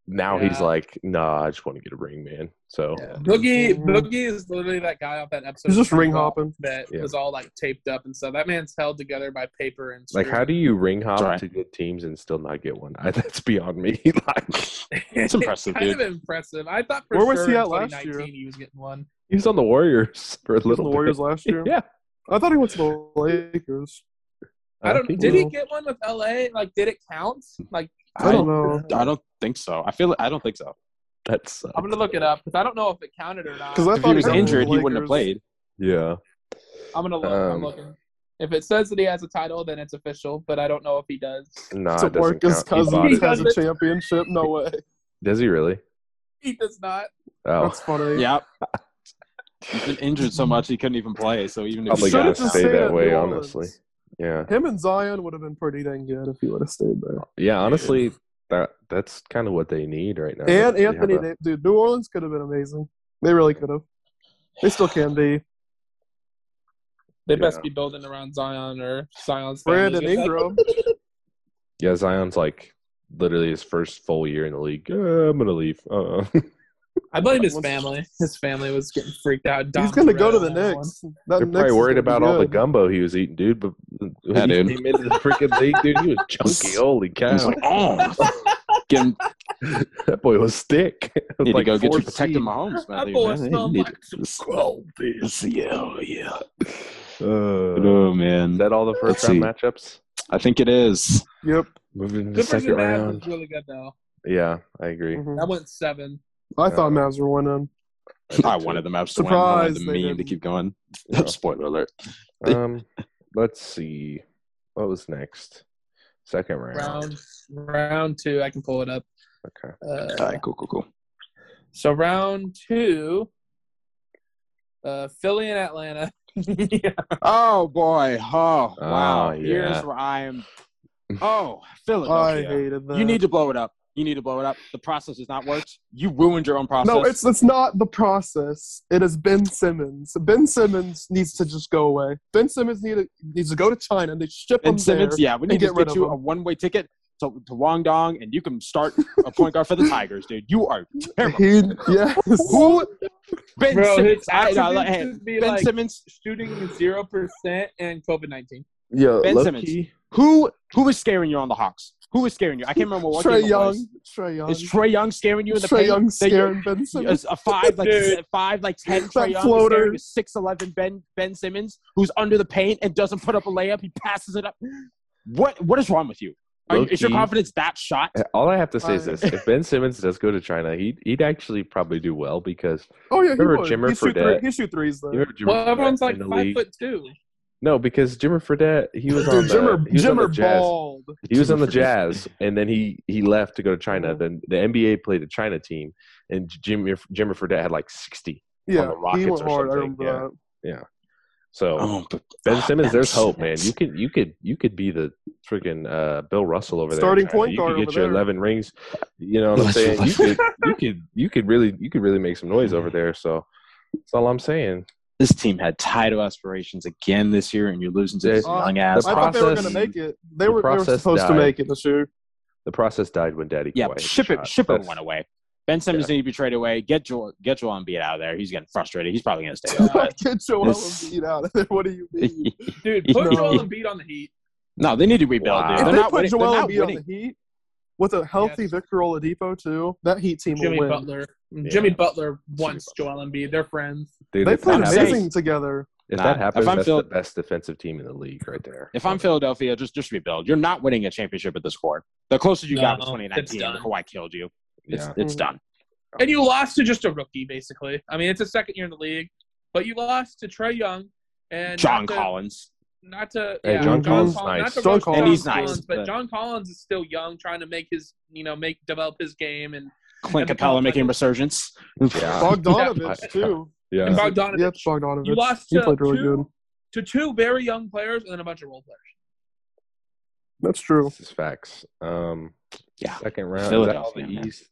S2: now he's
S1: Yeah.
S2: like, nah, I just want to get a ring, man. So
S1: Boogie
S3: Mhm.
S1: Boogie is literally that guy off that episode.
S3: He's
S1: of
S3: just ring
S1: Seinfeld
S3: hopping.
S1: That
S2: Yeah.
S1: was all like taped up and stuff. That man's held together by paper and.
S2: like, how do you ring hop
S4: Sorry.
S2: to good teams and still not get one? I, that's beyond me. like
S1: It's
S4: impressive,
S1: kind
S4: dude.
S1: of impressive. I thought for
S3: Where was
S1: sure
S3: he
S1: in
S3: at last year?
S1: 2019 he was getting one.
S2: he was on the Warriors for a
S3: He was in
S2: little
S3: the
S2: bit.
S3: Warriors last year.
S2: Yeah,
S3: I thought he went to the Lakers.
S1: I don't.
S2: think
S1: Did
S2: so.
S1: he get one with LA? Like, did it count? Like,
S3: I don't know.
S4: I don't think so. I feel. I don't think so.
S2: That's
S1: I'm gonna look it up because I don't know if it counted or not.
S3: 'Cause I
S4: If he
S3: thought
S4: was
S3: was
S4: injured, he
S3: Lakers.
S4: wouldn't have played.
S2: yeah.
S1: I'm gonna look.
S2: Um,
S1: I'm looking. If it says that he has a title, then it's official. But I don't know if he does.
S2: Nah,
S3: to
S2: it
S3: work
S2: doesn't
S3: his
S2: count. He bought
S3: cousins
S2: it.
S3: has a
S1: Doesn't-
S3: championship. No way.
S2: Does he really?
S1: He does not.
S2: Oh,
S3: That's funny.
S4: Yep. He's been injured so much he couldn't even play. So even if
S2: Probably
S4: he
S2: gotta
S3: Should've
S4: should've just
S2: stay
S4: stayed-
S3: stayed
S2: that
S3: at
S2: way,
S3: New Orleans.
S2: honestly. yeah,
S3: Him and Zion would have been pretty dang good if he would have stayed there.
S2: yeah. Honestly, that that's kind of what they need right now.
S3: And
S2: They have
S3: Anthony,
S2: a-
S3: Da- dude, New Orleans could have been amazing. They really could have. They still can be.
S1: They
S2: Yeah.
S1: best be building around Zion or Zion's.
S3: Brandon
S1: family's gonna-
S3: Ingram.
S2: yeah, Zion's like literally his first full year in the league. "Uh, I'm gonna leave. Uh,
S1: I blame his
S3: Once-
S1: family. His family was getting freaked out. Dom
S3: He's going to go to
S1: Terrell
S3: the
S1: on that one.
S3: Knicks. That
S2: They're
S3: Knicks
S2: probably
S3: is
S2: worried
S3: gonna be
S2: about all the
S3: good.
S2: gumbo he was eating, dude. But when
S4: Yeah,
S2: he
S4: dude.
S2: came into the freaking league, dude, he was chunky. Holy
S4: I was
S2: cow,
S4: like, oh, get him,
S2: that boy was thick. It was
S4: need
S2: like
S4: to go get
S2: four
S4: your protective
S2: feet.
S4: Mahomes.
S1: That
S4: man.
S1: boy
S4: You
S1: smelled
S4: need
S1: like
S4: to- Oh, this, yeah, yeah.
S2: Uh,
S4: Oh man,
S2: is that all the
S4: Let's
S2: first round
S4: see.
S2: matchups?
S4: I think it is.
S3: Yep.
S2: Moving to the
S1: Good for
S2: second
S1: the Mavs
S2: round.
S1: was really good though.
S2: Yeah, I agree.
S3: Mhm.
S1: That went seven.
S3: I thought
S2: Yeah.
S3: Mavs were winning.
S4: I wanted the maps to win. I wanted
S3: Surprise, they
S4: the meme to
S3: didn't.
S4: keep going.
S2: Yeah.
S4: Spoiler alert.
S2: Um, let's see. What was next? Second round.
S1: Round round two. I can pull it up.
S2: Okay.
S1: Uh,
S4: All right, cool, cool, cool.
S1: So round two, uh, Philly and Atlanta. yeah.
S4: Oh boy. Oh wow.
S2: Oh, yeah.
S4: Here's where I am. Oh,
S3: I
S4: Philadelphia.
S3: hated
S1: uh,
S3: that.
S4: You need to blow it up. You need to blow it up. The process has not worked. You ruined your own process.
S3: No, it's it's not the process. It is Ben Simmons. Ben Simmons needs to just go away. Ben Simmons need to, needs to go to China and they ship him
S4: and Simmons.
S3: there.
S4: Yeah, we
S3: and
S4: need to
S3: get rid
S4: get
S3: of
S4: you
S3: him.
S4: a one-way ticket to, to Wong Dong, and you can start a point guard for the Tigers, dude. You are terrible.
S3: He, yes.
S4: Who? Ben
S1: Bro,
S4: Simmons.
S1: his
S4: I,
S1: attributes
S4: no, like, hey,
S1: should be
S4: ben
S1: like
S4: Simmons.
S1: shooting zero percent and COVID nineteen.
S2: Yeah,
S4: Ben
S2: low
S4: Simmons.
S2: key-
S4: Who? Who is scaring you on the Hawks? Who is scaring you? I can't
S2: Oh,
S4: remember what
S3: Trey
S4: game it was.
S3: Young. Trey Young.
S4: Is Trey Young scaring you in the
S3: Trae
S4: paint?
S3: Young
S4: That you're-
S3: scaring Ben Simmons.
S4: Is a five like
S1: Dude.
S4: a five like ten
S3: That
S4: Trey Young
S3: floater.
S4: scaring a six eleven Ben Ben Simmons who's under the paint and doesn't put up a layup. He passes it up. What what is wrong with you? Are you is your
S2: Low-key.
S4: confidence that shot?
S2: Eh, All I have to say is
S3: I-
S2: this: if Ben Simmons does go to China, he'd he'd actually probably do well because
S3: Oh yeah, he
S2: Remember
S3: would.
S2: Jimmer
S3: he, shoot three,
S2: Fredette?
S3: he shoot threes
S2: you
S3: though.
S2: remember Jimmer
S1: Well,
S2: Fredette
S1: everyone's like
S2: in the
S1: five
S2: league?
S1: foot two.
S2: No, because Jimmer Fredette he was on
S3: Dude,
S2: the,
S3: Jimmer,
S2: he was on the
S3: Jimmer
S2: Jazz.
S3: balled.
S2: He was on the
S4: Jimmer Fredette.
S2: Jazz, and then he he left to go to China.
S3: Mhm.
S2: Then the NBA played a China team, and Jimmy Jimmer Fredette had like sixty.
S3: Yeah,
S2: the Rockets
S3: he went
S2: or
S3: hard. I
S2: something,
S3: remember
S2: yeah.
S3: that.
S2: So
S4: Oh, but
S2: Ben
S4: ah,
S2: Simmons,
S4: Ben
S2: there's hope, man.
S4: Simmons.
S2: You could you could you could be the freaking uh, Bill Russell over there.
S3: Starting
S2: in China.
S3: point
S2: you
S3: guard
S2: could get
S3: over
S2: your
S3: there.
S2: 11 rings. You know what I'm
S4: Let's-
S2: saying? You could you could you could really you could really make some noise over there. So that's all I'm saying.
S4: This team had title aspirations again this year, and you're losing to
S2: Yeah.
S4: this young ass.
S2: The
S3: I thought they were
S2: process-
S3: going to make it. They
S2: the
S3: were, they were
S2: process
S3: supposed to
S2: died.
S3: make it this year.
S2: The process died when Daddy.
S4: Yeah,
S2: Kawhi hit the
S4: ship it.
S2: shot.
S4: Shipper
S2: That's-
S4: went away. Ben Simmons needed to be traded away. Get Joel, get Joel Embiid out of there. He's getting frustrated. He's probably going to stay. Out,
S3: Get Joel
S4: This-
S3: Embiid out of there. What do you mean?
S4: but-
S1: Dude, put
S4: No.
S1: Joel Embiid on the Heat.
S4: no, they need to rebuild.
S2: Wow.
S4: Dude.
S3: if
S4: They're
S3: they
S4: not
S3: put
S4: winning.
S3: Joel
S4: They're not
S3: Embiid on
S4: winning.
S3: the Heat with a healthy
S1: Yes.
S3: Victor Oladipo too, that Heat team
S1: Jimmy
S3: will win.
S1: Butler. Jimmy Butler wants
S2: Jimmy
S1: Joel Embiid. They're friends.
S2: Dude,
S3: They
S2: if that
S3: played
S4: I'm
S2: happens-
S3: amazing together.
S2: If
S4: Nah,
S2: that
S4: if
S2: happens,
S4: I'm
S2: that's
S4: Phil-
S2: the best defensive team in the league right there.
S4: If I'm Philadelphia, just just rebuild. You're not winning a championship at this core. The closest you got was
S1: No,
S4: 2019.
S1: it's done.
S4: Kawhi killed you. It's,
S2: yeah,
S4: it's
S3: Mm.
S4: done.
S1: And you lost to just a rookie, basically. I mean, it's a second year in the league, but you lost to Trey Young and
S4: John
S1: not to-
S4: Collins.
S1: Not to
S2: Hey,
S1: yeah,
S3: John Collins is
S1: Collins,
S2: nice.
S1: Not to
S3: John
S1: roast
S3: Collins
S1: John
S4: is nice,
S1: Collins, but
S4: but-
S1: John Collins is still young, trying to make his you know make develop his game and, And
S4: Clint
S1: the
S4: Capella
S1: Dolphins.
S4: making resurgence.
S2: Yeah.
S3: Bogdanovich
S2: Yeah.
S3: too.
S2: yeah.
S1: and Bogdanovich.
S3: Yes, Bogdanovich.
S1: You lost
S3: he
S1: to
S3: played really
S1: two-
S3: good.
S1: to two very young players and then a bunch of role players.
S3: That's true.
S2: This is facts. Um,
S4: Yeah.
S2: Second round. Is that all
S4: Philadelphia,
S2: the
S4: man.
S2: East?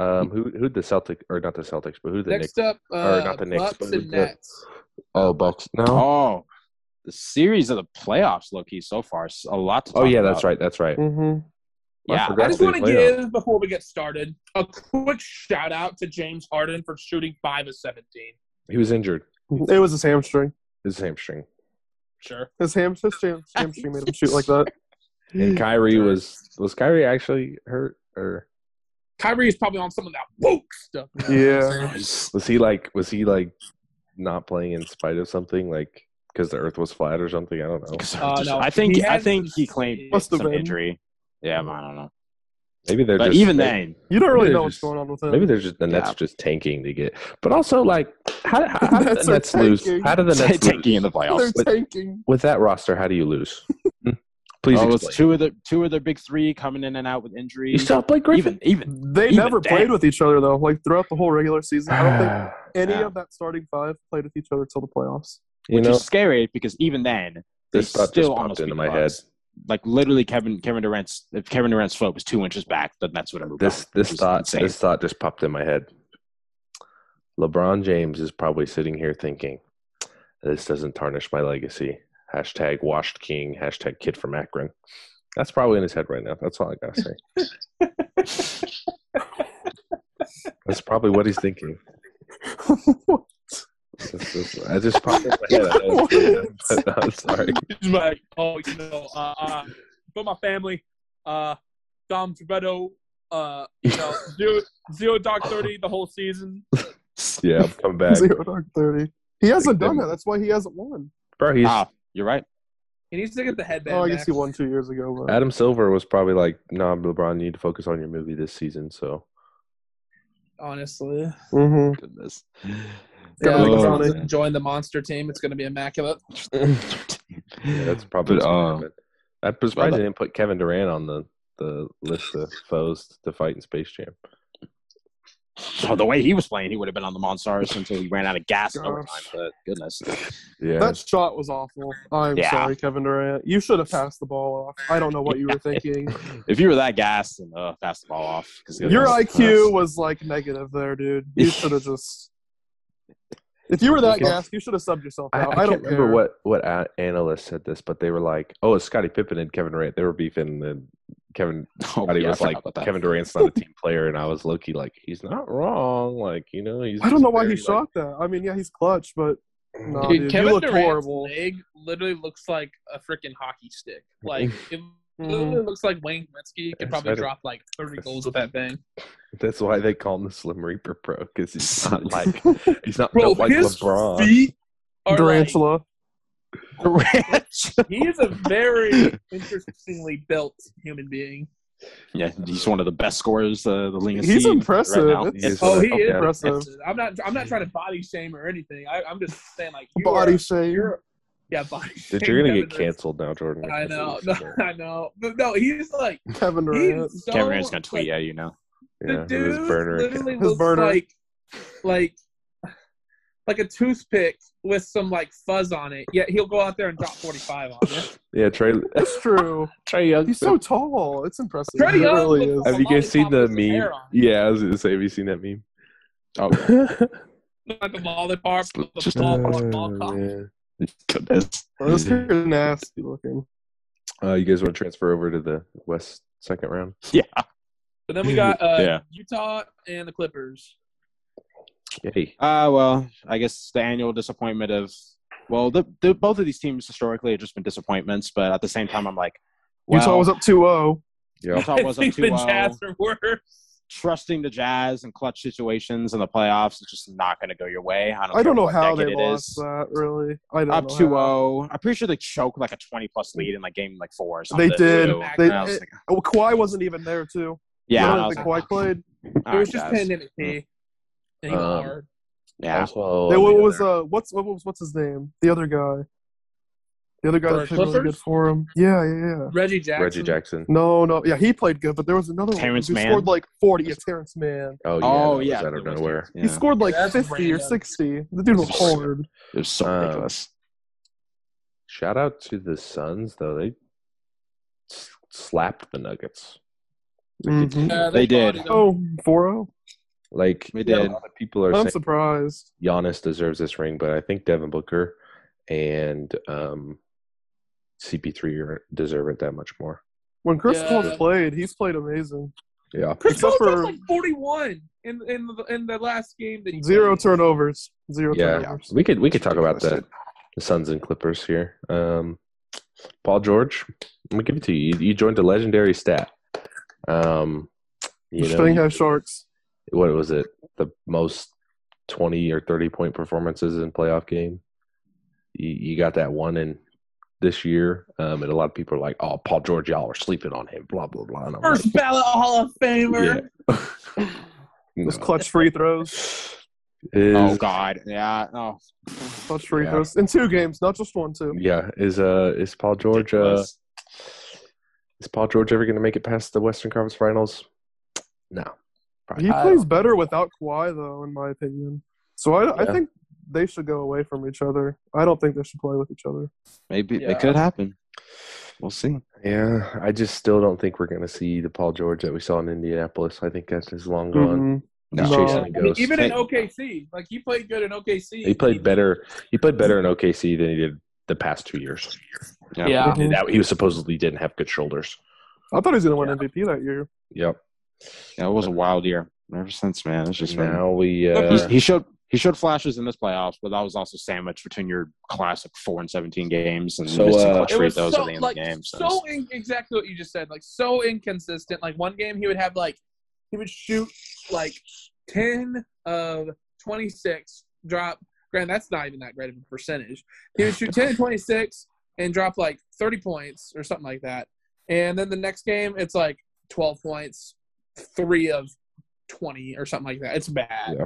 S2: Um, who who the Celtics or not the Celtics, but who the Knicks?
S1: Next up, uh,
S2: or not the Knicks,
S1: Bucks
S2: but
S1: and
S2: the-
S1: Nets.
S2: Oh, Bucks. No. Oh,
S4: Oh, the series of the playoffs, low key so far. It's A lot. To talk
S2: Oh, yeah, that's
S4: about.
S2: right. That's right.
S3: Mm-hmm.
S4: Yeah,
S1: I
S2: forgot
S1: just
S2: they
S1: want to
S2: played them.
S1: give before we get started a quick shout out to James Harden for shooting five of seventeen.
S2: He was injured.
S3: It was his hamstring.
S2: His hamstring.
S1: Sure.
S3: His ham- his jam- hamstring made him shoot like that.
S2: And
S4: Hmm.
S2: Kyrie was was Kyrie actually hurt or
S1: Kyrie is probably on some of that woke stuff.
S3: Yeah.
S2: was he like was he like not playing in spite of something like because the Earth was flat or something? I don't know.
S1: Uh, no.
S4: I think
S1: He
S4: I
S1: had-
S4: think he claimed
S3: Must have
S4: some
S3: been.
S4: injury. Yeah, I don't know.
S2: Maybe they're
S4: But
S2: just,
S4: even
S2: they-
S4: then,
S3: You don't
S2: Maybe
S3: really
S2: they're
S3: know what's
S2: just-
S3: going on with him.
S2: Maybe they're just the Nets
S4: Yeah.
S2: just tanking to get, but also like how, how, how did
S3: Nets
S2: the
S3: are
S2: Nets lose?
S3: tanking.
S2: How did the Nets lose?
S4: taking in the playoffs.
S3: they're tanking.
S2: with that roster? How do you lose? Hmm? Please
S4: oh,
S2: explain.
S4: it's two of the two of their big three coming in and out with injuries.
S2: you still have Blake Griffin.
S4: even even
S3: They
S4: Even
S3: never
S4: then.
S3: played with each other though. Like throughout the whole regular season, I don't think any
S4: Yeah.
S3: of that starting five played with each other till the playoffs.
S2: you
S4: which
S2: know,
S4: is scary because even then they
S2: this thought just
S4: still
S2: popped
S4: almost
S2: into
S4: beat
S2: my
S4: the
S2: head.
S4: Bucks. Like literally, Kevin Kevin Durant's if Kevin Durant's foot was two inches back, then that's what moved
S2: This
S4: on,
S2: this
S4: which is
S2: thought
S4: insane.
S2: this thought just popped in my head. LeBron James is probably sitting here thinking, "This doesn't tarnish my legacy." Hashtag washed king. Hashtag kid from Akron. That's probably in his head right now. That's all I gotta say. That's probably what he's thinking. This is- I just popped in my head. I know it's really dumb, but I'm sorry.
S1: He's like, oh, you know, uh, uh, for my family, uh, Dom Toretto, uh, you know, zero, zero dark 30 the whole season.
S2: Yeah, I'm coming back.
S3: Zero dark thirty. He hasn't done
S2: them.
S3: that. That's why he hasn't won.
S2: Bro, he's,
S4: Ah, you're right.
S1: He needs to get the headband.
S3: Oh, I guess
S1: back.
S3: he won two years ago. But
S2: Adam Silver was probably like, "No, nah, LeBron, you need to focus on your movie this season." So
S1: Honestly.
S4: Mm-hmm.
S3: Mhm.
S4: Goodness.
S3: Yeah,
S1: Yeah,
S3: like
S1: LeBron
S3: Johnny.
S1: doesn't join the monster team. It's going to be immaculate.
S2: yeah, that's probably. what's gonna
S4: But, uh,
S2: happen. um, I'm surprised
S4: well,
S2: they didn't put Kevin Durant on the, the list of foes to fight in Space Jam.
S4: So the way he was playing, he would have been on the Monstars until he ran out of gas in
S3: Gosh.
S4: overtime. But goodness,
S2: Yeah,
S3: That shot was awful. I'm
S4: Yeah.
S3: sorry, Kevin Durant. You should have passed the ball off. I don't know what you were thinking.
S4: if you were that gassed, and uh, pass the ball off. 'cause
S3: Your
S4: goodness.
S3: IQ was like negative there, dude. You should have just. If you were that
S2: Okay.
S3: gassed, you should have subbed yourself
S2: I, I
S3: out.
S2: can't
S3: I, don't
S2: remember
S3: care.
S2: what what a- analyst said this, but they were like, "Oh, it's Scottie Pippen and Kevin Durant. They were beefing." And Kevin
S4: Oh,
S2: Scottie
S4: yeah, I
S2: was
S4: forgot
S2: like,
S4: about that.
S2: "Kevin Durant's not a team player," and I was low key like, "He's not wrong. Like, you know, he's."
S3: I don't
S2: just
S3: know why he
S2: very, like-
S3: shot that. I mean, yeah, he's clutch, but no,
S1: Dude,
S3: Oh, dude,
S1: Kevin
S3: you look
S1: Durant's
S3: horrible.
S1: leg literally looks like a freaking hockey stick. Like, it
S3: Mm-hmm.
S1: literally looks like Wayne Gretzky could
S2: That's
S1: probably
S2: better.
S1: drop like 30 goals with that thing.
S2: That's why they call him the Slim Reaper, bro, because he's not like he's not
S1: Bro,
S2: built like
S1: his
S2: LeBron.
S1: feet are like,
S3: Durantula.
S1: He is a very interestingly built human being.
S4: yeah, he's one of the best scorers uh, the league has
S3: He's
S4: seen
S3: impressive.
S4: Right now. uh,
S3: It's
S2: He's
S1: Oh, he
S2: like,
S1: is
S2: okay.
S3: impressive.
S1: I'm not. I'm not trying to body shame or anything. I, I'm just saying, like you
S3: Body
S1: are-
S3: shame.
S1: You're, yeah, body shame.
S2: Dude, you're gonna get
S1: Kevin Durant.
S2: canceled now, Jordan.
S1: I know. No, I know. But no, he's like
S3: Kevin Durant.
S1: he's so,
S4: Kevin Durant's gonna tweet
S1: Like,
S4: at you now.
S1: the
S2: Yeah, with
S1: dude
S2: his burner.
S1: literally
S2: account.
S3: His
S1: looks
S3: burner.
S1: like like like a toothpick with some like fuzz on it. Yet he'll go out there and drop 45 on it.
S2: Yeah, Trey.
S3: That's true.
S2: Trey Young.
S3: He's so tall. It's impressive.
S1: Trey
S3: it
S1: Young
S3: really
S1: looks
S3: is.
S2: have you guys seen the
S1: Lollipop with his
S2: meme?
S1: hair on.
S2: Yeah, I was gonna say, have you seen that meme?
S4: Oh,
S1: Like a lollipop, with a
S4: Just-
S1: ball, ball, ball
S2: Oh,
S1: cock.
S4: goodness.
S3: Bro, This kid is nasty looking.
S2: Uh, you guys want to transfer over to the West second round?
S4: Yeah.
S1: But then we got uh,
S4: Yeah.
S1: Utah and the Clippers.
S2: Yay.
S4: Uh, well, I guess the annual disappointment of, well, the, the both of these teams historically have just been disappointments, but at the same time, I'm like, well,
S3: Utah was up oh. 2-0.
S2: Yeah.
S4: Utah was up
S1: It's been
S4: 2-0.
S1: Jazz or worse.
S4: uh, Trusting the Jazz and clutch situations in the playoffs is just not going to go your way. I don't,
S3: I don't know
S4: what
S3: how
S4: decade
S3: they
S4: it
S3: lost
S4: is.
S3: that, really. I don't
S4: Up
S3: know how.
S4: 2 0. I'm pretty sure they choked like a 20 plus lead in like game like four or something.
S3: They did.
S4: too.
S3: They-
S4: And I was
S3: it-
S4: like,
S3: Oh, Kawhi wasn't even there, too. I
S4: yeah. and I
S3: don't
S4: was
S3: think
S4: like, "Ah,
S3: Kawhi played.
S4: all
S1: It was just
S4: right, guys.
S1: pandemic P. And he was
S2: Um,
S1: hard.
S4: Yeah.
S2: Also,
S3: They-
S2: on
S3: what
S2: the
S3: was
S2: other-
S3: uh what's what was what's his name? The other guy. The other guy
S1: For
S3: that played really
S1: Clippers?
S3: good for him. Yeah, yeah, yeah.
S1: Reggie Jackson.
S2: Reggie Jackson?
S3: No, no, yeah, he played good, but there was another
S4: Terrence
S3: one who
S4: Mann?
S3: scored like forty. Yeah, Terrence Mann.
S2: Oh yeah.
S4: Oh,
S2: that
S4: yeah.
S2: Was out of
S4: it was
S2: nowhere.
S4: Yeah.
S3: He scored like
S1: That's
S3: fifty or
S1: random.
S3: sixty. The dude was hard.
S4: It was so
S2: Um,
S4: ridiculous.
S2: Shout out to the Suns though. They s- slapped the Nuggets.
S3: Mhm.
S1: Yeah,
S4: They did.
S1: bodied him.
S3: Oh, 4-0?
S2: Like
S4: We
S2: a
S4: did.
S2: lot of people are
S3: I'm
S2: saying
S3: surprised.
S2: Giannis deserves this ring, but I think Devin Booker and um, CP3 are- deserve it that much more.
S3: When Chris
S1: Yeah.
S3: Paul's played, he's played amazing.
S2: Yeah.
S1: Chris Paul
S3: Except
S1: dropped
S3: for-
S1: like 41 in in the, in the last game that he
S3: Zero
S1: played.
S3: turnovers. Zero
S2: Yeah,
S3: turnovers.
S2: we could we could talk about the, the Suns and Clippers here. Um, Paul George, I'm gonna give it to you. You, you joined a legendary stat. Um, you
S3: The
S2: know,
S3: Shanghai Sharks.
S2: what was it? The most 20 or 30 point performances in playoff game. You, you got that one in this year, um, and a lot of people are like, "Oh, Paul George, y'all are sleeping on him." Blah blah blah. And I'm
S1: First ballot Hall of
S2: like,
S1: Famer.
S2: yeah.
S3: Those
S2: No.
S3: clutch free throws.
S2: Is-
S4: Oh, God. Yeah. Oh.
S3: Clutch free
S2: Yeah.
S3: throws. In two games, not just one, two.
S2: yeah, is uh is Paul George uh,
S4: ridiculous.
S2: is Paul George ever going to make it past the Western Conference Finals? No.
S3: He plays better without Kawhi, though, in my opinion. So I, I
S2: Yeah.
S3: think they should go away from each other. I don't think they should play with each other.
S4: Maybe
S1: Yeah.
S4: it could happen. We'll see.
S2: Yeah, I just still don't think we're going to see the Paul George that we saw in Indianapolis. I think that is long gone.
S3: Mhm.
S2: He's
S3: No.
S2: chasing a
S1: I mean,
S2: ghost.
S1: even in
S4: Hey.
S1: OKC, like he played good in OKC.
S2: he played better. He played better in OKC than he did the past two years.
S1: Yeah.
S2: And that he was supposedly didn't have good shoulders.
S3: I thought he was going to win MVP that year.
S2: Yep.
S4: Yeah, it was a wild year. Ever since, man, it's just been.
S2: now we
S4: He's-
S2: uh,
S4: He showed he showed flashes in this playoffs, but that was also sandwiched between your classic four and seventeen games and
S2: So,
S4: missing
S2: uh,
S4: clutch
S1: It
S4: free
S1: was
S4: throws
S1: so
S4: at the end
S1: like
S4: of the game. So,
S1: so in, exactly what you just said, like so inconsistent. Like one game he would have like he would shoot like ten of twenty six drop. Granted, that's not even that great of a percentage. He would shoot ten of twenty six and drop like thirty points or something like that. And then the next game, it's like twelve points, three of twenty or something like that. It's bad.
S2: Yeah.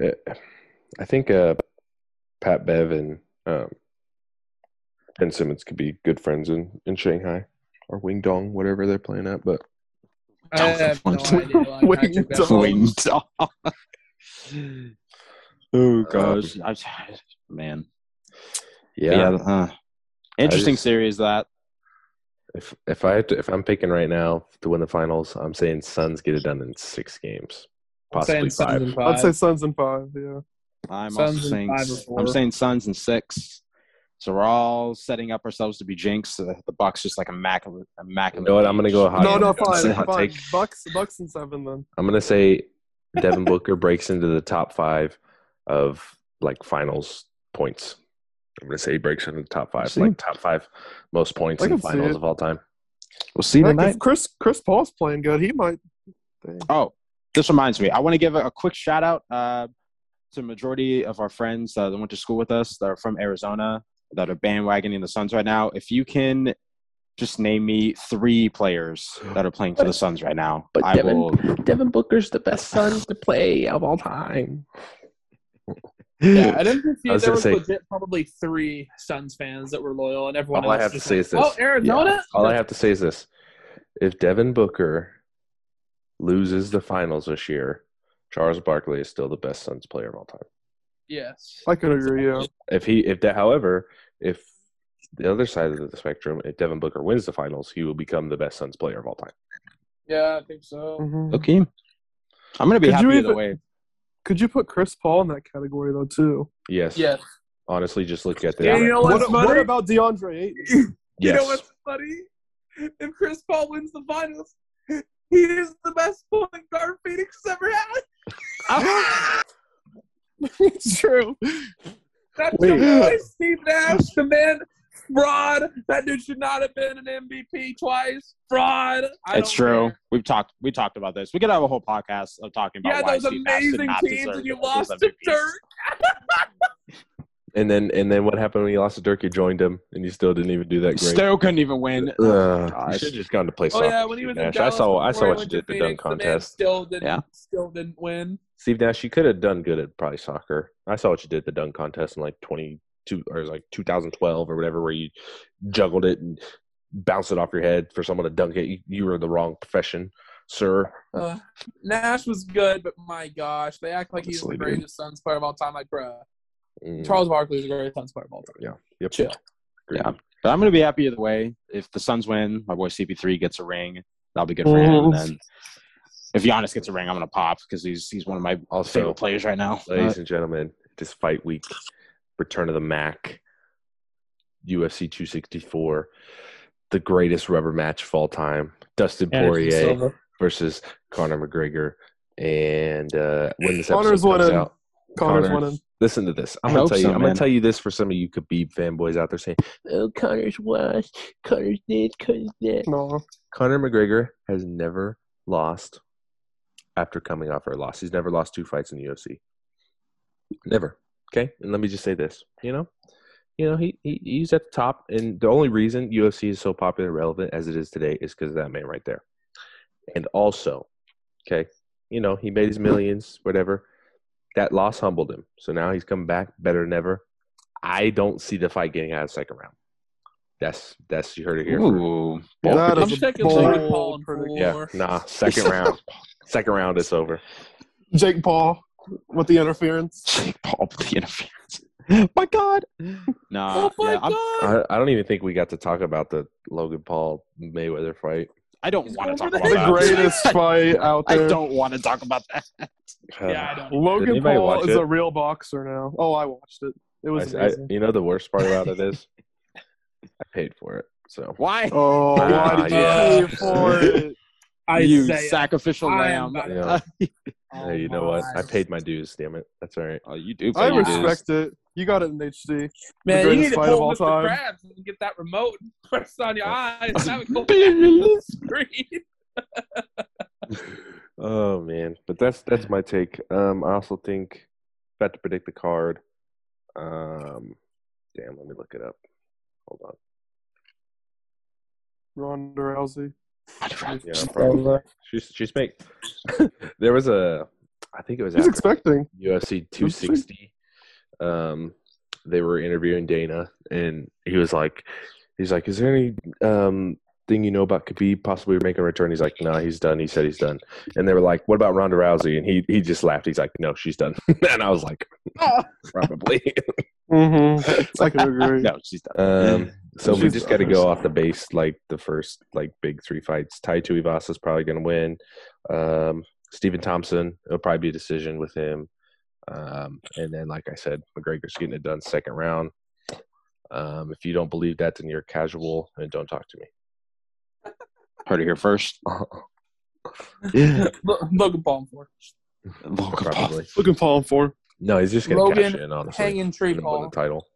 S2: Uh, I think uh, Pat Bev and um, Ben Simmons could be good friends in, in Shanghai or Wing Dong, whatever they're playing at. But
S1: I have no idea. Like, I
S3: Wait,
S1: took that
S3: don't.
S1: wrong.
S4: Winged dog. oh
S2: gosh.
S4: gosh, I, man.
S2: yeah,
S4: Yeah. uh, interesting
S2: just-
S4: series that.
S2: if if I had to, if I'm picking right now to win the finals, I'm saying Suns get it done in six games,
S1: I'm saying
S2: possibly
S1: Suns and
S2: five.
S3: I'd
S1: five.
S3: say Suns and five, yeah.
S4: I'm
S1: Suns
S4: also
S1: in
S4: saying
S1: five or four.
S4: I'm saying Suns and six. So we're all setting up ourselves to be jinx. Uh, the Bucks just like a mac. A mac
S2: You know what? I'm gonna go
S4: Oh,
S2: hot.
S3: no, no,
S2: take-
S3: fine.
S2: hot
S3: fine.
S2: take.
S3: Bucks, Bucks and seven, then.
S2: I'm gonna say Devin Booker breaks into the top five of like finals points. I'm gonna say he breaks into the top five,
S4: See?
S2: like top five most points
S3: I
S2: in
S3: can see
S2: finals
S3: it.
S2: of all time.
S4: We'll see
S3: Heck, if Chris, Chris Paul's playing good, he might.
S4: Oh, this reminds me. I want to give a, a quick shout out uh, to majority of our friends uh, that went to school with us that are from Arizona that are bandwagoning the Suns right now. If you can just name me three players that are playing for the Suns right now,
S2: But
S4: I
S2: Devin-
S4: will.
S2: Devin Booker's the best son to play of all time.
S1: Yeah, I didn't
S2: I was
S1: confuse. There
S2: gonna
S1: was
S2: say-
S1: legit probably three Suns fans that were loyal, and everyone.
S2: All I
S1: else
S2: have to
S1: just
S2: say
S1: like,
S2: is this.
S1: Oh, Arizona.
S2: All I have to say is this: if Devin Booker loses the finals this year, Charles Barkley is still the best Suns player of all time.
S1: Yes.
S3: I could agree. Yeah.
S2: If he, if that, however, if the other side of the spectrum, if Devin Booker wins the finals, he will become the best Suns player of all time.
S1: Yeah, I think so.
S3: Mhm.
S4: Okay. I'm gonna be
S3: Could you
S4: happy either
S3: even-
S4: way.
S3: Could you put Chris Paul in that category though too?
S2: Yes.
S1: Yes.
S2: Honestly, just look at the.
S1: Yeah, you know
S3: What,
S1: what's
S3: what
S1: funny?
S3: about DeAndre Ayton?
S1: You
S2: yes.
S1: know what's funny? If Chris Paul wins the finals, he is the best point guard Phoenix has ever had.
S3: it's true.
S1: That's
S3: Wait.
S1: your boy, Steve Nash, the man. Fraud. That dude should not have been an MVP twice. Fraud. I
S4: It's
S1: don't
S4: true.
S1: care.
S4: We've talked. We talked about this. We could have a whole podcast of talking about
S1: Yeah,
S4: why
S1: those
S4: Steve Nash did
S1: amazing
S4: not
S1: teams,
S4: deserve
S1: and you
S4: those
S1: lost to
S4: MVPs.
S1: Dirk.
S2: And then, and then, what happened when you lost to Dirk? You joined him, and you still didn't even do that great.
S4: Still couldn't even win.
S2: Ugh,
S4: gosh.
S2: you should have just gone to play
S1: Oh
S2: soccer.
S1: yeah, when he was in
S2: Nash. I
S1: Dallas
S2: saw, I saw
S1: before he
S2: what you
S1: went
S2: did
S1: to
S2: at the dunk
S1: Phoenix, man
S2: contest.
S1: still didn't.
S4: Yeah.
S1: Still didn't win.
S2: Steve Nash, you could have done good at probably soccer. I saw what you did at the dunk contest in like twenty two or like two thousand twelve or whatever, where you juggled it and bounced it off your head for someone to dunk it. You, you were in the wrong profession, sir.
S1: Uh, Nash was good, but my gosh, they act like he's
S2: Honestly,
S1: the
S2: dude.
S1: greatest Suns player of all time. Like, bruh,
S2: Mm,
S1: Charles Barkley's the greatest Suns player of all time.
S2: yep.
S1: chill.
S2: Agreed.
S4: Yeah. But I'm gonna be happy either way. If the Suns win, my boy CP3 gets a ring. That'll be good for him. And then if Giannis gets a ring, I'm gonna pop because he's he's one of my
S2: Also,
S4: favorite players right now.
S2: ladies and gentlemen, this fight week, Return of the Mac, UFC 264, the greatest rubber match of all time, Dustin Poirier. versus Conor McGregor. And uh, when this episode
S3: Conor's
S2: comes
S3: winning.
S2: out,
S3: Connor's
S2: Connor.
S3: winning.
S2: listen to this. I'm
S4: I
S2: gonna
S4: hope
S2: tell you.
S4: so,
S2: I'm gonna
S4: man.
S2: tell you this for some of you Khabib fanboys out there saying, "Oh, Conor's washed. Conor's this. Conor's that."
S3: No.
S2: Conor McGregor has never lost after coming off her loss. He's never lost two fights in the UFC. Never. Okay. And let me just say this. You know, you know, he, he he's at the top, and the only reason UFC is so popular and relevant as it is today is because of that man right there. And also, okay, you know, he made his millions, whatever. That loss humbled him. So now he's coming back better than ever. I don't see the fight getting out of the second round. That's that's you heard it here. first.
S4: Uh, Ooh.
S3: That
S1: I'm
S3: is a
S1: checking
S3: bold
S1: Logan Paul and
S3: prediction.
S2: Yeah,
S1: Or-
S2: nah. Second round. second round is over.
S3: Jake Paul with the interference.
S4: Jake Paul with the interference. my God. Nah.
S1: oh my
S4: yeah, I'm-
S1: god!
S2: I, I don't even think we got to talk about the Logan Paul Mayweather fight.
S4: I don't
S1: He's
S4: want to
S1: going
S4: talk
S1: for the
S4: about
S3: The
S4: that.
S3: greatest fight out
S4: I
S3: there.
S4: don't want to talk about that.
S2: uh,
S1: Yeah, I don't.
S2: Did
S3: Logan
S2: anybody
S3: Paul
S2: watch
S3: is
S2: it?
S3: a real boxer now. Oh, I watched it. It was
S2: I- I-
S3: amazing.
S2: you know the worst part about it is, I paid for it. So
S4: Why?
S3: oh,
S2: Ah,
S3: why did you
S1: yeah.
S3: pay for it?
S4: you
S1: say it.
S4: sacrificial
S1: I am
S4: lamb.
S1: not-
S2: Yeah.
S1: Oh
S2: hey, you know what?
S1: my.
S2: I paid my dues. Damn it. That's all right.
S4: Oh, you do.
S3: I
S4: pay your dues.
S3: respect it. You got it in HD.
S1: Man, you
S3: greatest
S1: need to
S3: fight of
S1: pull
S3: all
S1: Mr.
S3: time.
S1: Krabs and get that remote and press on your eyes. and That would go back to the
S4: Beep.
S1: screen.
S2: Oh man, but that's that's my take. Um, I also think if I had to predict the card. Um, damn, let me look it up. Hold on.
S3: Ronda Rousey.
S2: Yeah, probably. She's she's make. there was a, I think it was
S3: He's
S2: after
S3: expecting.
S2: UFC 260. Um, they were interviewing Dana, and he was like, he's like, is there any um thing you know about Khabib possibly making a return? He's like, no, he's done. He said he's done. And they were like, what about Ronda Rousey? And he he just laughed. He's like, no, she's done. and I was like, probably.
S3: Mm-hmm. I can agree.
S4: No, she's done.
S2: Um, so we
S3: She's
S2: just got to
S3: honest.
S2: go off the base, like the first like big three fights. Tai Tuivasa is probably going to win. Um, Stephen Thompson, it'll probably be a decision with him. Um, and then, like I said, McGregor's getting it done second round. Um, if you don't believe that, then you're casual and don't talk to
S4: Heard it here first.
S2: me.
S1: Lo- Logan Paul in four.
S4: Logan Paul.
S2: probably.
S3: Looking Paul for.
S2: No, he's just going to cash
S1: Logan,
S2: in, honestly.
S1: Hanging tree,
S2: and win
S1: Paul.
S2: the title.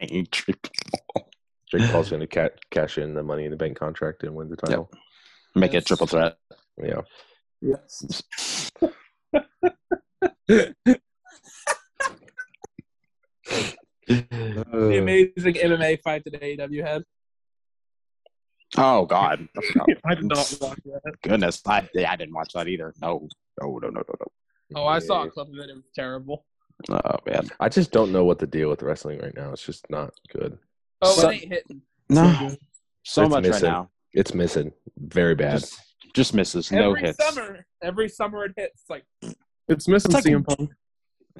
S4: Ain't tripping.
S2: Jake Paul's going to ca- cash in the Money in the Bank contract and win the title.
S4: Make
S1: Yes.
S4: it triple threat.
S2: Yeah.
S1: Yes. The amazing MMA fight that AEW had.
S4: Oh God! I forgot.
S1: I did not watch that.
S4: Goodness, I yeah, I didn't watch that either. No, no, no, no, no,
S1: Oh, I saw a clip of it. It was terrible.
S4: no. Oh man,
S2: I just don't know what the deal with wrestling right now. It's just not good.
S1: Oh,
S4: So-
S1: it ain't hitting.
S4: no, so
S2: It's
S4: much
S2: missing.
S4: right now.
S2: It's missing very bad.
S4: Just, just misses. no
S1: every
S4: hits.
S1: summer, every summer it hits. Like
S3: It's missing
S4: It's like-
S3: CM Punk.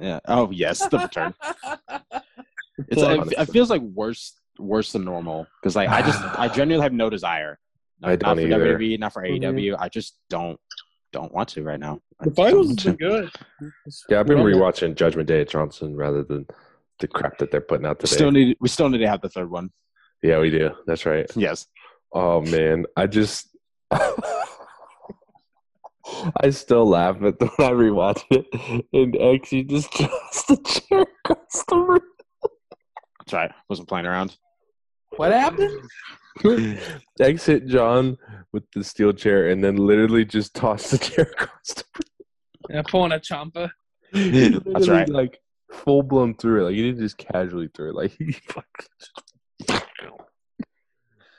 S4: Yeah. Oh yes, the return. It's,
S2: Plug.
S4: it, it feels like worse, worse than normal because like I just, I genuinely have no desire.
S2: I
S4: not
S2: don't
S4: for
S2: either.
S4: WWE, not for AEW. I just don't, don't want to right now. I
S1: Mm-hmm. the
S4: just don't
S1: finals
S4: want
S1: has been
S4: to.
S1: good.
S2: Yeah, I've been
S1: Well,
S2: rewatching Judgment Day at Johnson rather than the crap that they're putting out
S4: We
S2: today.
S4: still need, we still need to have the third one.
S2: yeah, we do. That's right.
S4: Yes.
S2: Oh man, I just I still laugh at the, when I rewatch it and actually just just the chair across the room.
S4: That's right. Wasn't playing around.
S1: What happened?
S2: Exit John with the steel chair and then literally just toss the chair across the
S1: Yeah, pulling a champa.
S2: room.
S4: That's right.
S2: Literally, Like full blown through it. Like he didn't just casually throw it. Like he fucking-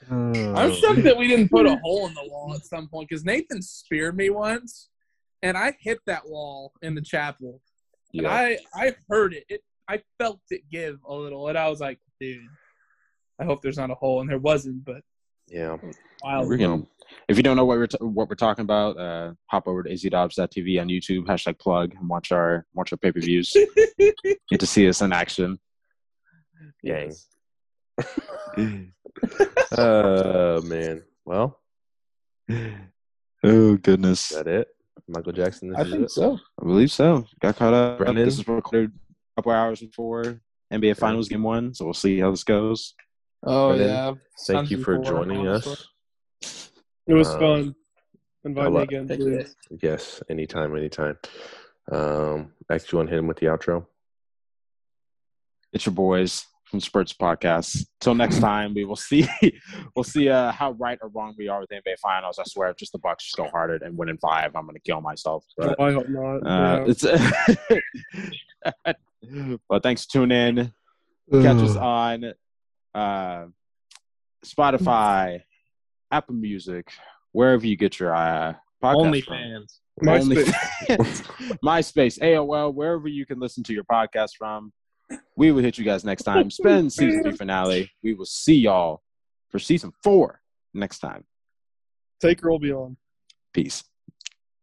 S1: I'm shocked that we didn't put a hole in the wall at some point because Nathan speared me once, and I hit that wall in the chapel. And
S2: Yeah.
S1: I I heard it. it. I felt it give a little, and I was like, dude, I hope there's not a hole, and there wasn't. But
S2: yeah.
S1: wow,
S4: We're gonna- if you don't know what we're t- what we're talking about, uh, hop over to izzydobbs.tv on YouTube hashtag plug and watch our watch our pay per views. Get to see us in action.
S2: Gang. Oh man. Well,
S4: Oh goodness,
S2: is that it? Michael Jackson. This
S4: I
S2: is
S4: think
S2: it?
S4: so. I believe so. Got caught up.
S2: Brennan?
S4: This is recorded a couple hours before NBA Finals Game One, so we'll see how this goes.
S1: Oh
S2: And then,
S1: yeah,
S2: Thank you for
S1: Sounds before,
S2: joining
S1: honestly.
S2: us.
S3: It was
S2: Um,
S3: fun. Invite
S2: I
S3: me
S2: lo-
S3: again, please.
S2: Yes, anytime, anytime. Um, X, you want to hit him with the outro?
S4: It's your boys from Spurts Podcast. Till next time, we will see. we'll see uh, how right or wrong we are with the NBA Finals. I swear, if just the Bucks just go harder and win in five, I'm gonna kill myself. But
S3: I hope not.
S4: Uh,
S3: yeah.
S4: it's well, thanks for tuning in. Catch us on uh, Spotify, Apple Music, wherever you get your uh, podcast. from.
S1: OnlyFans.
S3: MySpace.
S4: OnlyFans, MySpace, AOL, wherever you can listen to your podcast from. We will hit you guys next time. Spend season three finale. We will see y'all for season four next time.
S3: Take her will be on.
S4: Peace.